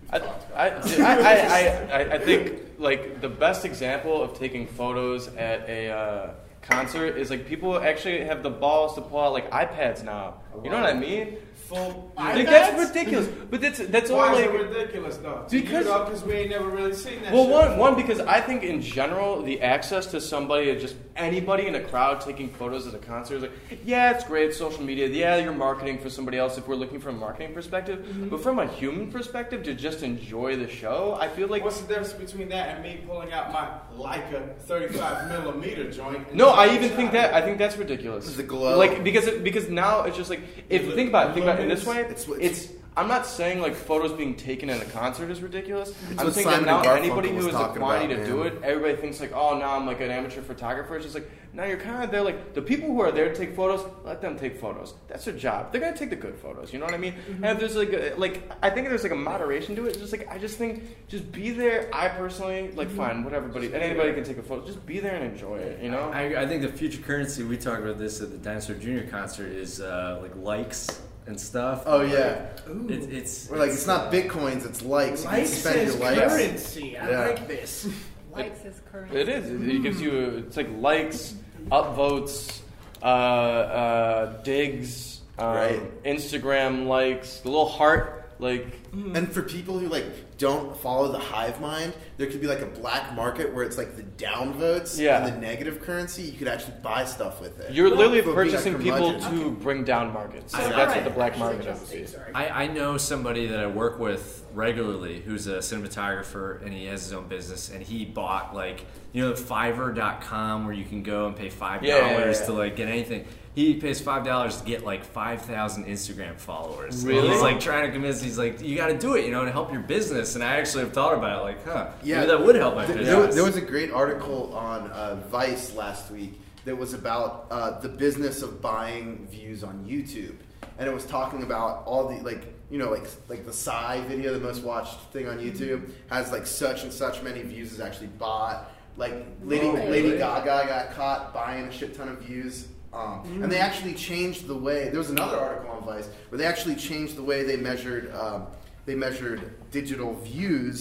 I, I, I, I, I, I think like the best example of taking photos at a uh, concert is like people actually have the balls to pull out like iPads now. You know what I mean?
Full
Like, that's ridiculous. But that's that's
Why
all
is it
like-
ridiculous though?
Because-
because we ain't never really seen that.
Well,
shit
one,
before.
one because I think in general the access to somebody, uh, just anybody in a crowd taking photos at a concert is like, yeah, it's great, social media. Yeah, you're marketing for somebody else. If we're looking from a marketing perspective, but from a human perspective, to just enjoy the show, I feel like
What's the difference between that and me pulling out my Leica 35 [laughs] millimeter joint? and
No,
taking
I
a
even
shot?
think that I think that's ridiculous. The
glow,
like because it, because now it's just like if you think about it, think about it in this way, it's, I'm not saying like photos being taken at a concert is ridiculous. I'm
what
saying
Simon
that
and
now
Garfunkel
anybody
was
who is
talking
whiny
about,
to do
man.
it, everybody thinks like, oh, now I'm like an amateur photographer. It's just like now you're kind of there. Like the people who are there to take photos, let them take photos. That's their job. They're gonna take the good photos. You know what I mean? And if there's like a, like I think there's like a moderation to it. It's just like I just think just be there. I personally like fine whatever, but anybody can take a photo. Just be there and enjoy it. You know.
I, I think the future currency we talked about this at the Dinosaur Junior concert is uh, like likes and stuff.
Oh yeah.
Like, it's it's
Or like it's not bitcoins, it's likes. You can
Likes
spend
is
your likes.
currency. I
Yeah. [laughs]
like this.
Likes is currency.
It is. It, it gives you. It's like likes, upvotes, uh, uh, digs, um,
Right.
Instagram likes, the little heart. Like
And for people who like don't follow the hive mind, there could be like a black market where it's like the downvotes
Yeah.
and the negative currency. You could actually buy stuff with it.
you're literally
For being a
purchasing people
curmudgeon.
to bring down markets.
I-
Like, that's what the black market is.
I, I know somebody that I work with regularly who's a cinematographer and he has his own business and he bought like you know Fiverr.com where you can go and pay five dollars
Yeah, yeah, yeah, yeah.
to like get anything. He pays five dollars to get like five thousand Instagram followers. And
Really?
He's like trying to convince. He's like, you got to do it, you know, to help your business. And I actually have thought about it, like, huh, yeah, maybe that would help my
Th-
business.
There, was- there was a great article on uh, Vice last week that was about uh, the business of buying views on YouTube, and it was talking about all the like you know like like the Psy video, the most watched thing on
Mm-hmm.
YouTube, has like such and such many views is actually bought. Like Lady
Really?
Lady Gaga got caught buying a shit ton of views. Um, And
Mm.
they actually changed the way. There was another article on Vice where they actually changed the way they measured um, they measured digital views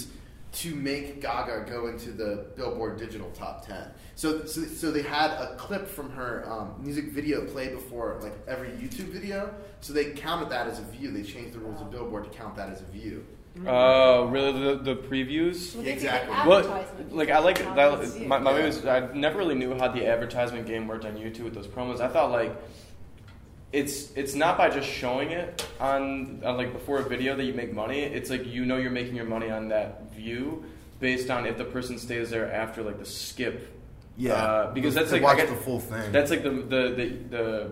to make Gaga go into the Billboard Digital Top Ten. So, so, so they had a clip from her um, music video play before like every YouTube video. So they counted that as a view. They changed the rules of Billboard to count that as a view.
Uh, really, the, the previews.
Yeah, exactly.
Well, like I like that.
Advertisement.
My, my way was I never really knew how the advertisement game worked on YouTube with those promos. I thought like it's it's not by just showing it on, on like before a video that you make money. It's like you know you're making your money on that view based on if the person stays there after like the skip. uh, because that's
They
like I
watched
get-
the full thing.
That's like the the the, the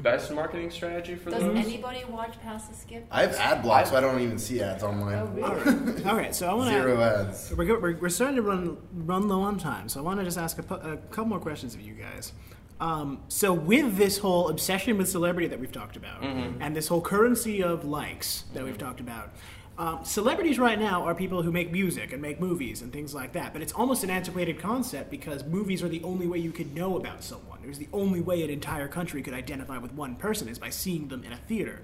best marketing strategy for
Does
those.
anybody watch Past the Skip?
I have ad blocks, so I don't even see ads online.
Oh, really?
All right, so I want to
Zero ads.
We're, go- we're, we're starting to run run low on time, so I want to just ask a, pu- a couple more questions of you guys. Um, so with this whole obsession with celebrity that we've talked about, and this whole currency of likes that we've talked about. Um, celebrities right now are people who make music and make movies and things like that, but it's almost an antiquated concept because movies are the only way you could know about someone. It was the only way an entire country could identify with one person is by seeing them in a theater.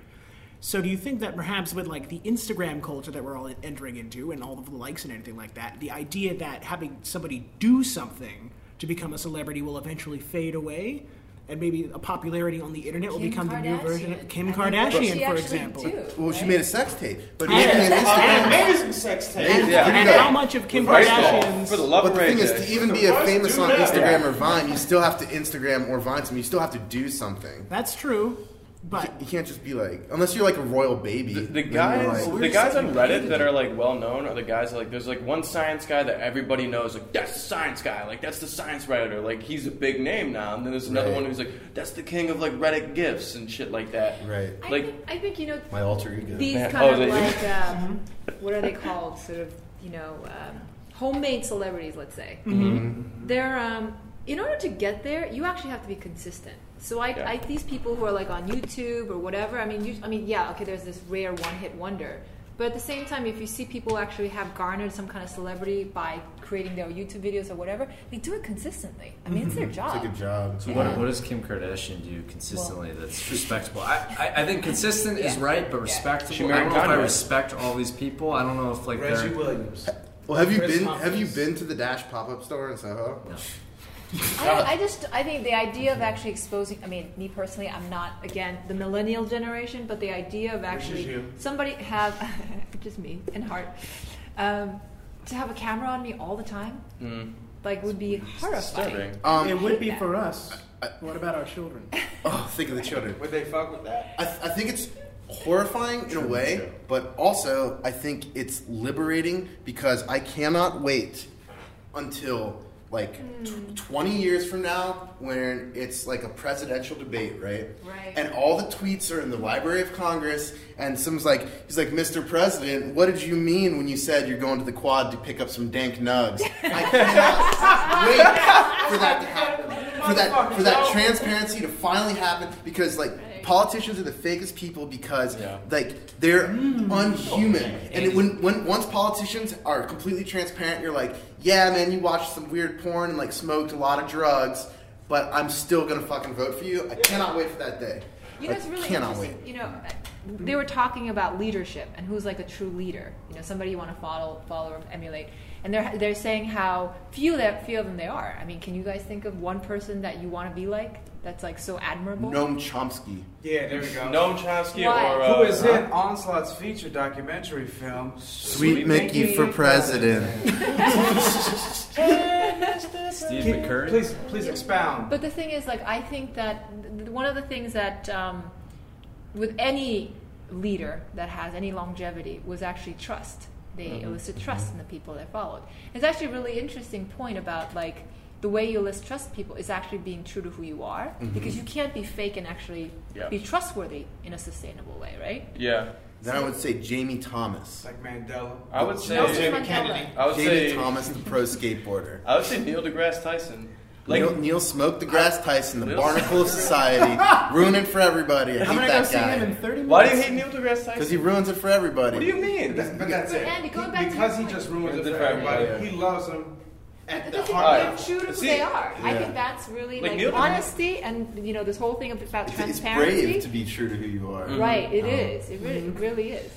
So do you think that perhaps with like the Instagram culture that we're all entering into and all of the likes and anything like that, the idea that having somebody do something to become a celebrity will eventually fade away? And maybe a popularity on the internet will
Kim
become the new version of
Kardashian.
Kim
I mean, what did she
Kardashian, for
actually
example.
do,
Well, she
right?
made a sex tape, but
Yeah.
making an Instagram.
Amazing sex tape.
Maybe-
Yeah.
Here you
And
go.
how much of Kim
uh, First of all,
Kardashian's
for the love
But the
of
thing is,
Ray J.
to even be
Why
a
do
famous on
that?
Instagram or Vine, you still have to Instagram or Vine. So you still have to do something.
That's true.
But you can't just be like, unless you're like a royal baby.
The, the guys, the guys on Reddit that are like well known are the guys that, like there's like one science guy that everybody knows like that's the science guy like that's the science writer like he's a big name now and then there's another
Right.
one who's like that's the king of like Reddit gifs and shit like that
right
like
I think you know
My alter ego.
These
Man,
kind
oh,
of
they-
like um, what are they called? Sort of you know um, homemade celebrities. Let's say they're um, in order to get there, you actually have to be consistent. So I,
Yeah.
I these people who are like on YouTube or whatever. I mean, you, I mean, yeah, okay. There's this rare one-hit wonder, but at the same time, if you see people actually have garnered some kind of celebrity by creating their YouTube videos or whatever, they do it consistently. I mean, it's their
Mm-hmm.
job.
job.
So what,
Yeah.
what does Kim Kardashian do consistently that's respectable? I, I, I think consistent is right, but
She
respectable. I
married
don't know if I
Kanye.
respect all these people. I don't know if like
Reggie
they're,
Williams. Well, have you
Chris
been?
Humphries.
Have you been to the Dash pop up store in Soho? No.
I, I just I think the idea of actually exposing I mean me personally I'm not again the millennial generation but the idea of actually
you.
somebody have [laughs] just me and heart um, to have a camera on me all the time like would be horrifying.
Um,
it would be for us. what about our children?
Oh, think of the children.
Would they fuck with that?
I, th- I think it's horrifying in a way, but also I think it's liberating because I cannot wait until like tw- 20 years from now when it's like a presidential debate, right?
Right.
And all the tweets are in the Library of Congress, and someone's like, he's like, Mr. President, what did you mean when you said you're going to the quad to pick up some dank nugs? I
[laughs]
cannot wait for that to happen. For that, for that transparency to finally happen because, like, politicians are the fakest people because, like, they're
Mm.
unhuman. And it, when, when once politicians are completely transparent, you're like, yeah, man, you watched some weird porn and, like, smoked a lot of drugs, but I'm still going to fucking vote for you. I cannot wait for that day.
You know,
I
it's really
cannot
interesting. You know, uh, they were talking about leadership and who's like a true leader. You know, somebody you want to follow, follow or emulate. And they're they're saying how few that few of them there are. I mean, can you guys think of one person that you want to be like that's like so admirable?
wait. Noam Chomsky.
Yeah, there we go.
Noam Chomsky
Why?
or uh,
Who is in Onslaught's feature documentary film,
Sweet Mickey for
Steve
Steve McCurry?
Please, please expound.
But the thing is, like, I think that th- th- one of the things that um, with any leader that has any longevity was actually trust. They
Mhm.
Mm-hmm.
elicit trust in the people that followed. It's actually a really interesting point about like the way you elicit trust people is actually being true to who you are
Mm-hmm.
Mhm.
because you can't be fake and actually
Yeah.
be trustworthy in a sustainable way, right?
yeah.
Then I would say Jamie Thomas.
Like Mandela.
I would say
Nelson Jamie Mandela. Kennedy.
I would
Jamie
say
Thomas, the pro skateboarder.
I would say Neil deGrasse Tyson. Like
Neil, Neil Smoke deGrasse Tyson, the
Neil-
barnacle
[laughs]
of society, ruin it for everybody. I hate
I'm gonna
that
go see
guy.
him in 30 minutes.
Why do you hate Neil deGrasse Tyson?
Because he ruins it for everybody.
What do you mean?
But that's it.
Andy, going
He-
back to
because
your
he
point.
just ruins it
Yeah.
for everybody.
Yeah.
He loves them at
But
the
They
heart.
can be true to who
See,
they are. I
yeah.
think that's really
Like
like,
Neil-
honesty and you know this whole thing about
It's
transparency.
brave to be true to who you are.
Mm-hmm.
Right, It
Mm-hmm.
Um,
is. It really, it really is.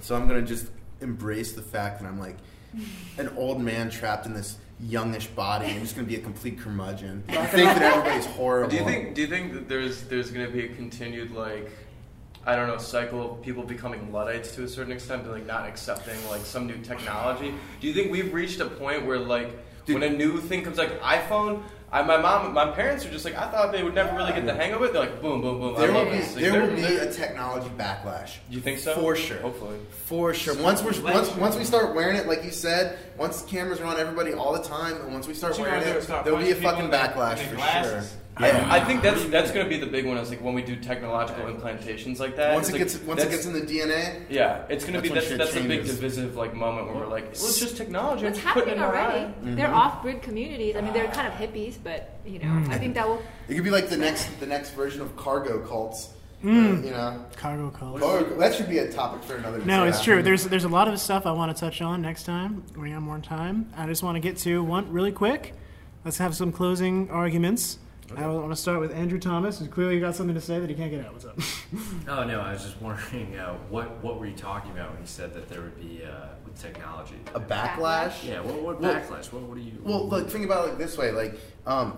So I'm gonna just embrace the fact that I'm like an old man trapped in this youngish body. I'm just gonna be a complete
[laughs]
curmudgeon. I think that everybody's horrible.
Do you think? Do you think that there's there's going to be a continued like, I don't know, cycle of people becoming luddites to a certain extent, but like not accepting like some new technology? Do you think we've reached a point where like when a new thing comes like iPhone? I, my mom, my parents are just like I thought they would never really get the hang of it. They're like boom, boom, boom.
There
I love
will be-
this. Like,
there
they're-
will be
they're-
a technology backlash.
You think so?
For sure.
Hopefully.
For sure. Once we're once, once we start wearing it, like you said, once cameras are on everybody all the time, and once we start
What you
wearing
gonna do
it,
is start
there'll be a
punching
fucking
people in the- in
backlash
the
for sure.
glasses?
I, I think that's that's going to be the big one. Is like when we do technological implantations like that.
Once
it's
it
like,
gets once it
that's-
gets in the DNA.
Yeah, it's gonna
that's
be
when
that's
shit
that's a big
changes.
divisive like moment where we're like, well, it's just technology.
It's
I'm just
happening
putting it in our
already.
eye.
Mm-hmm.
They're
Mhm.
off-grid communities. I mean, they're kind of
Mm.
hippies, but you know, I think that will.
It could be like the next the next version of cargo cults. You know,
cargo cults.
Cargo- that should be a topic for another.
Hmm. No, it's
discussion.
true. There's there's a lot of stuff I want to touch on next time. We have more time. I just want to get to one really quick. Let's have some closing arguments. I want to start with Andrew Thomas, who's clearly got something to say that he can't get out. What's up?
Oh no, I was just wondering uh, what what were you talking about when you said that there would be uh, with technology
A backlash?
Yeah, what, what
Well-
backlash? What what do you?
Well, look, think about it like this way: like, um,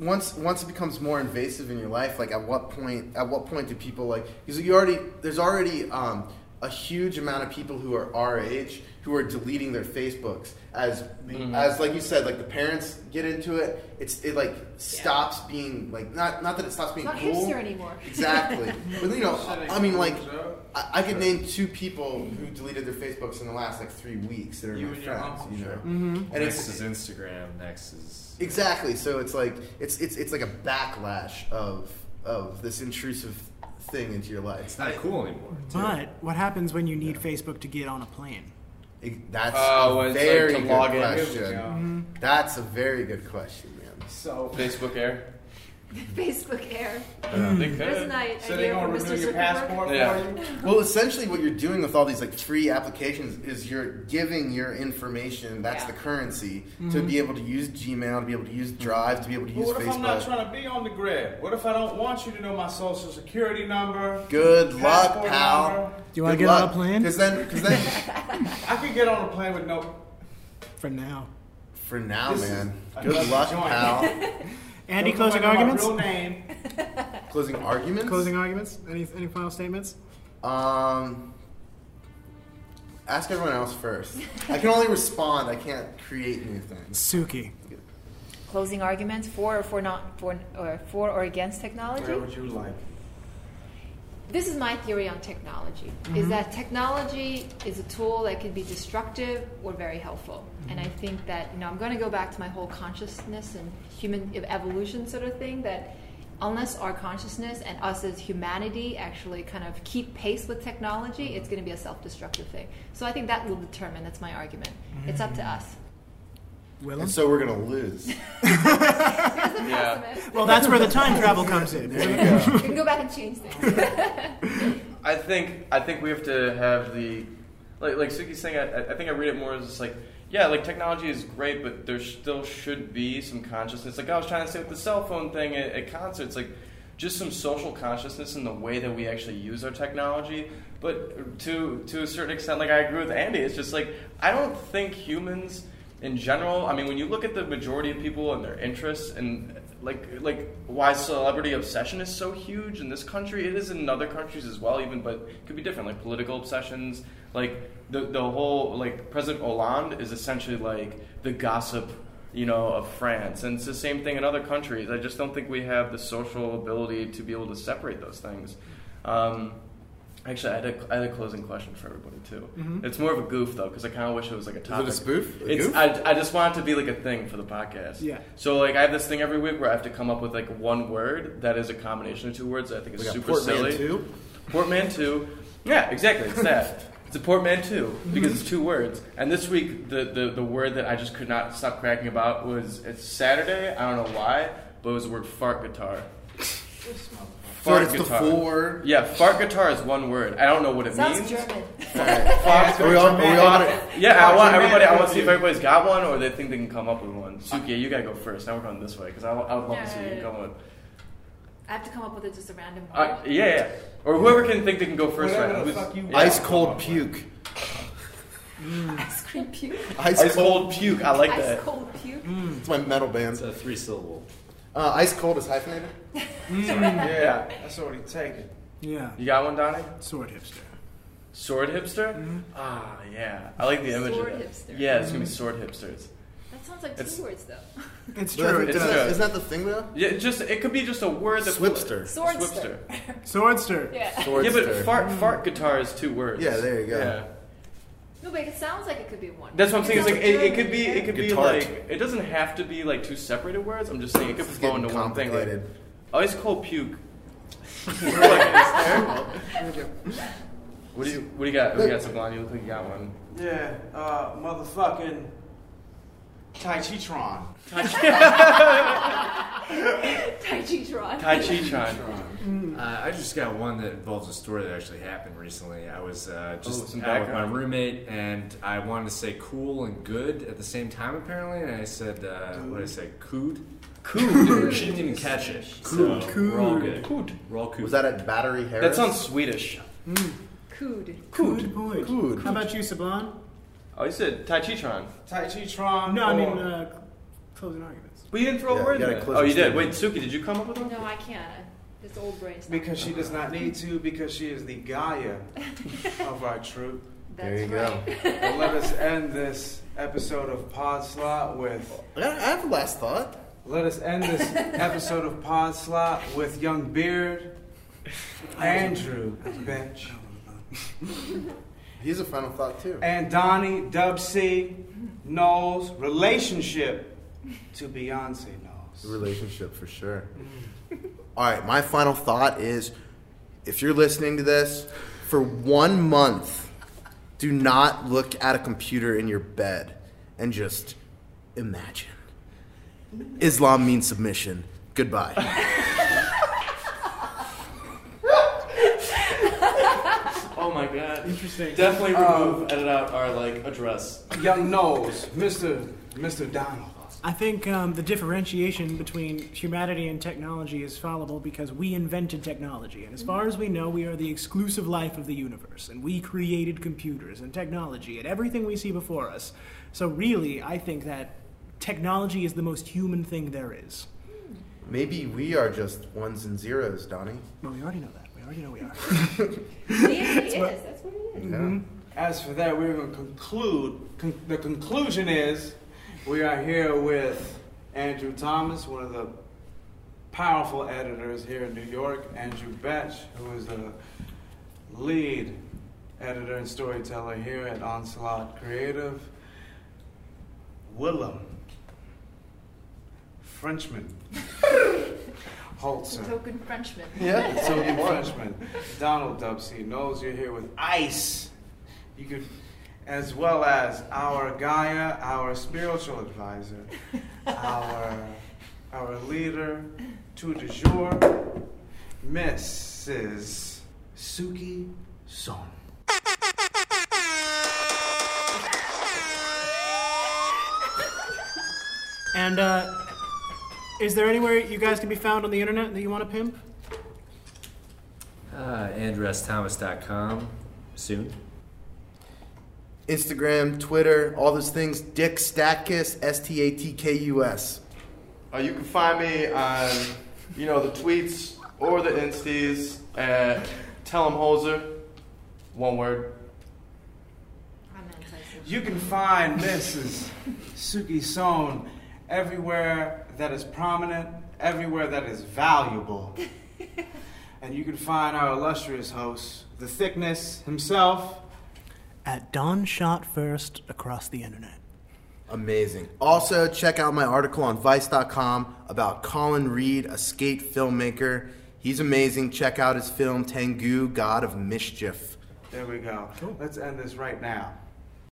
once once it becomes more invasive in your life, like at what point? At what point do people like? Because you already there's already um, a huge amount of people who are our age who are deleting their Facebooks as as like you said, like the parents get into it. It's it like stops being like not not that it stops being
It's not
cool
hipster anymore. [laughs]
Exactly, but you know,
Shit,
I mean, like
cool, so.
I, I could name two people who deleted their Facebooks in the last like three weeks that are
You
my
and your
friends.
uncle,
you know,
sure.
and
next
it's
is Instagram. Next is
Exactly. So it's like it's it's it's like a backlash of of this intrusive thing into your life. It's
not cool anymore.
But what happens when you need Facebook to get on a plane?
That's
Oh,
a
it's like
very
to
good
log in.
question.
Yeah. Mhm.
That's a very good question, man.
So
Facebook Air.
Facebook Air.
Yeah. They could.
There's an i-
So they
idea
gonna
for
renew
Mr.
your
Zuckerberg.
passport for you?
well, essentially, what you're doing with all these like free applications is you're giving your information. That's the currency to
Mm-hmm.
Mhm.
be able to use Gmail, to be able to use Drive, to be able to
But
use
what if
Facebook.
I'm not trying to be on the grid? What if I don't want you to know my social security number?
Good luck,
passport
pal.
number?
Do you want to
Good
get on
luck.
a plane?
Because then, because then,
[laughs]
I could get on a plane with no.
for now.
for now,
This is
man.
another
Good luck,
joint. [laughs]
pal.
Andy,
Don't remember
closing
my
arguments?
Real name.
Closing arguments.
Closing arguments? Any any final statements?
Um, ask everyone else first. I can only respond. I can't create new things.
Suki.
Closing arguments for or for not for or for or against technology.
you like?
this is my theory on technology
Mhm.
Mm-hmm.
is that technology is a tool that can be destructive or very helpful and
Mm-hmm.
i think that you know i'm going to go back to my whole consciousness and human ev- evolution sort of thing that unless our consciousness and us as humanity actually kind of keep pace with technology it's going to be a self-destructive thing so i think that will determine that's my argument it's up
Mm.
to [laughs] us
And so we're gonna lose.
[laughs] yeah.
Well, that's where the time travel comes in.
we can go back and change things
I think I think we have to have the like like Suki's saying. I, I think I read it more as just like yeah, like technology is great, but there still should be some consciousness. Like I was trying to say with the cell phone thing at, at concerts, like just some social consciousness in the way that we actually use our technology. But to to a certain extent, like I agree with Andy. It's just like I don't think humans in general. I mean, when you look at the majority of people and their interests and like like why celebrity obsession is so huge in this country. It is in other countries as well, even but it could be different. Like political obsessions, like the the whole like President Hollande is essentially like the gossip, you know, of France, and it's the same thing in other countries. I just don't think we have the social ability to be able to separate those things. Um, Actually, I had, a, I had a closing question for everybody too.
Mhm.
It's more of a goof though, because I kind of wish it was like a
it a
topic.
spoof? A
it's,
goof?
I, I just want it to be like a thing for the podcast.
Yeah.
So like I have this thing every week where I have to come up with like one word that is a combination of two words. that I think is
Like a
super
portmanteau?
silly. Portmanteau. Yeah, exactly. It's that. It's a portmanteau because it's two words. And this week, the, the, the word that I just could not stop cracking about was it's Saturday. I don't know why, but it was the word fart guitar.
So it's the full word?
Yeah, fart guitar is one word. I don't know what it
Sounds
means.
German.
Fart-
Are we all- are we all gonna-
yeah, I want everybody. I want to see if
German.
everybody's got one or they think they can come up with one. Suki, you gotta go first. Now we're going this way because I, I would love to see what you can come up with.
i have to come up with a, just a random one
Uh, yeah, yeah, or whoever can think they can go first.
Whatever
right
the
Who's-
fuck you
yeah.
Ice cold puke.
[laughs] ice cream puke
Ice,
Ice cold puke. [laughs] I like
ice
that.
cold puke
It's my metal band. It's
a three syllable.
Uh, ice cold is hyphenated.
[laughs] Yeah.
That's already taken.
Yeah.
You got one, Donnie?
Sword hipster.
Sword hipster? Ah, yeah. I like the image
Sword
of that.
hipster.
Yeah, it's gonna be sword hipsters.
that sounds like
It's-
two words
[laughs]
though
It's
But I
true.
think
It's
that's-
true.
Isn't that the thing though?
Yeah, it just it could be just a word that
Swipster.
Swipster.
Swordster.
Yeah, but fart fart guitar is two words.
Yeah, there you go.
Yeah.
No, but it sounds like it could be one.
That's what I'm saying. It's like
sounds
it, it
German,
could be it
yeah.
could be
Guitar.
like it doesn't have to be like two separated words. I'm just saying it could flow into one thing. Like
complicated.
ice cold puke. Like, it's terrible. What do you what do you got? What do you got, Sublime? You look like you got one.
Yeah, uh, motherfucking Tai Chi Tron.
Tai Chi Tron. [laughs]
Uh, I just got one that involves a story that actually happened recently. I was uh,
Oh,
just
some
out with my
background.
roommate, and I wanted to say cool and good at the same time, apparently. And I said, uh, what did I say? Cood? Cood. [laughs] she didn't even catch it. So
Cood.
We're all good.
Cood.
We're all cood.
Was that at Battery Harris?
That sounds Swedish.
Cood.
Good point.
Cood.
How about you, Sablon?
Oh, you said Tai Chi Tron.
Tai Chi Tron.
No, I
or-
mean uh, closing arguments.
But you didn't throw
Yeah,
a
you
word in
gotta
there.
close
Oh,
the
you did. Wait,
statement.
Suki, did you come up with one?
No, I can't. It's old brain stuff.
Because she does not need to, because she is the
[laughs]
Gaia of our troop.
There you That's go. right.
And let us end this episode of Pod Slot with.
I have a last thought.
Let us end this episode of Pod Slot with Young Beard, Andrew, bitch,
He's a final thought too.
and Donnie, Dub C, Knowles, relationship to Beyonce Knowles.
Relationship for sure. All right, my final thought is if you're listening to this, for one month, do not look at a computer in your bed and just imagine. Islam means submission. Goodbye.
Oh my god.
Interesting.
Definitely
Um,
remove, edit out our like address.
Young Knowles, Mr. Mr. Donald.
I think um, the differentiation between humanity and technology is fallible because we invented technology. And as far as we know, we are the exclusive life of the universe. And we created computers and technology and everything we see before us. So, really, I think that technology is the most human thing there is.
Maybe we are just ones and zeros, Donnie.
Well, we already know that. We already know we [laughs] are.
Yeah, he is. That's what it is.
As for that, we're going to conclude. Con- the conclusion is we are here with Andrew Thomas, one of the powerful editors here in New York, Andrew Batch, who is the lead editor and storyteller here at Onslaught Creative, Willem Frenchman Holzer.
Token Frenchman.
Yeah.
[laughs] So the Frenchman, Donald Dubsey knows you're here with ice. You could, as well as our Gaia, our spiritual advisor, our our leader, to du jour, Mrs. Suki Son.
And uh, is there anywhere you guys can be found on the internet that you want to pimp?
Uh, AndressThomas.com soon.
Instagram, Twitter, all those things. Dick Statkus, S T A T K U S.
Uh, you can find me on, you know, the tweets or the insties at Tell 'em Holzer. One word.
I'm anti-social.
You can find Mrs. Suki Son everywhere that is prominent, everywhere that is valuable. and you can find our illustrious host, The Thickness himself.
At Dawn Shot First across the internet.
Amazing. Also, check out my article on Vice.com about Colin Reed, a skate filmmaker. He's amazing. Check out his film Tengu, God of Mischief.
There we go. Let's end this right now.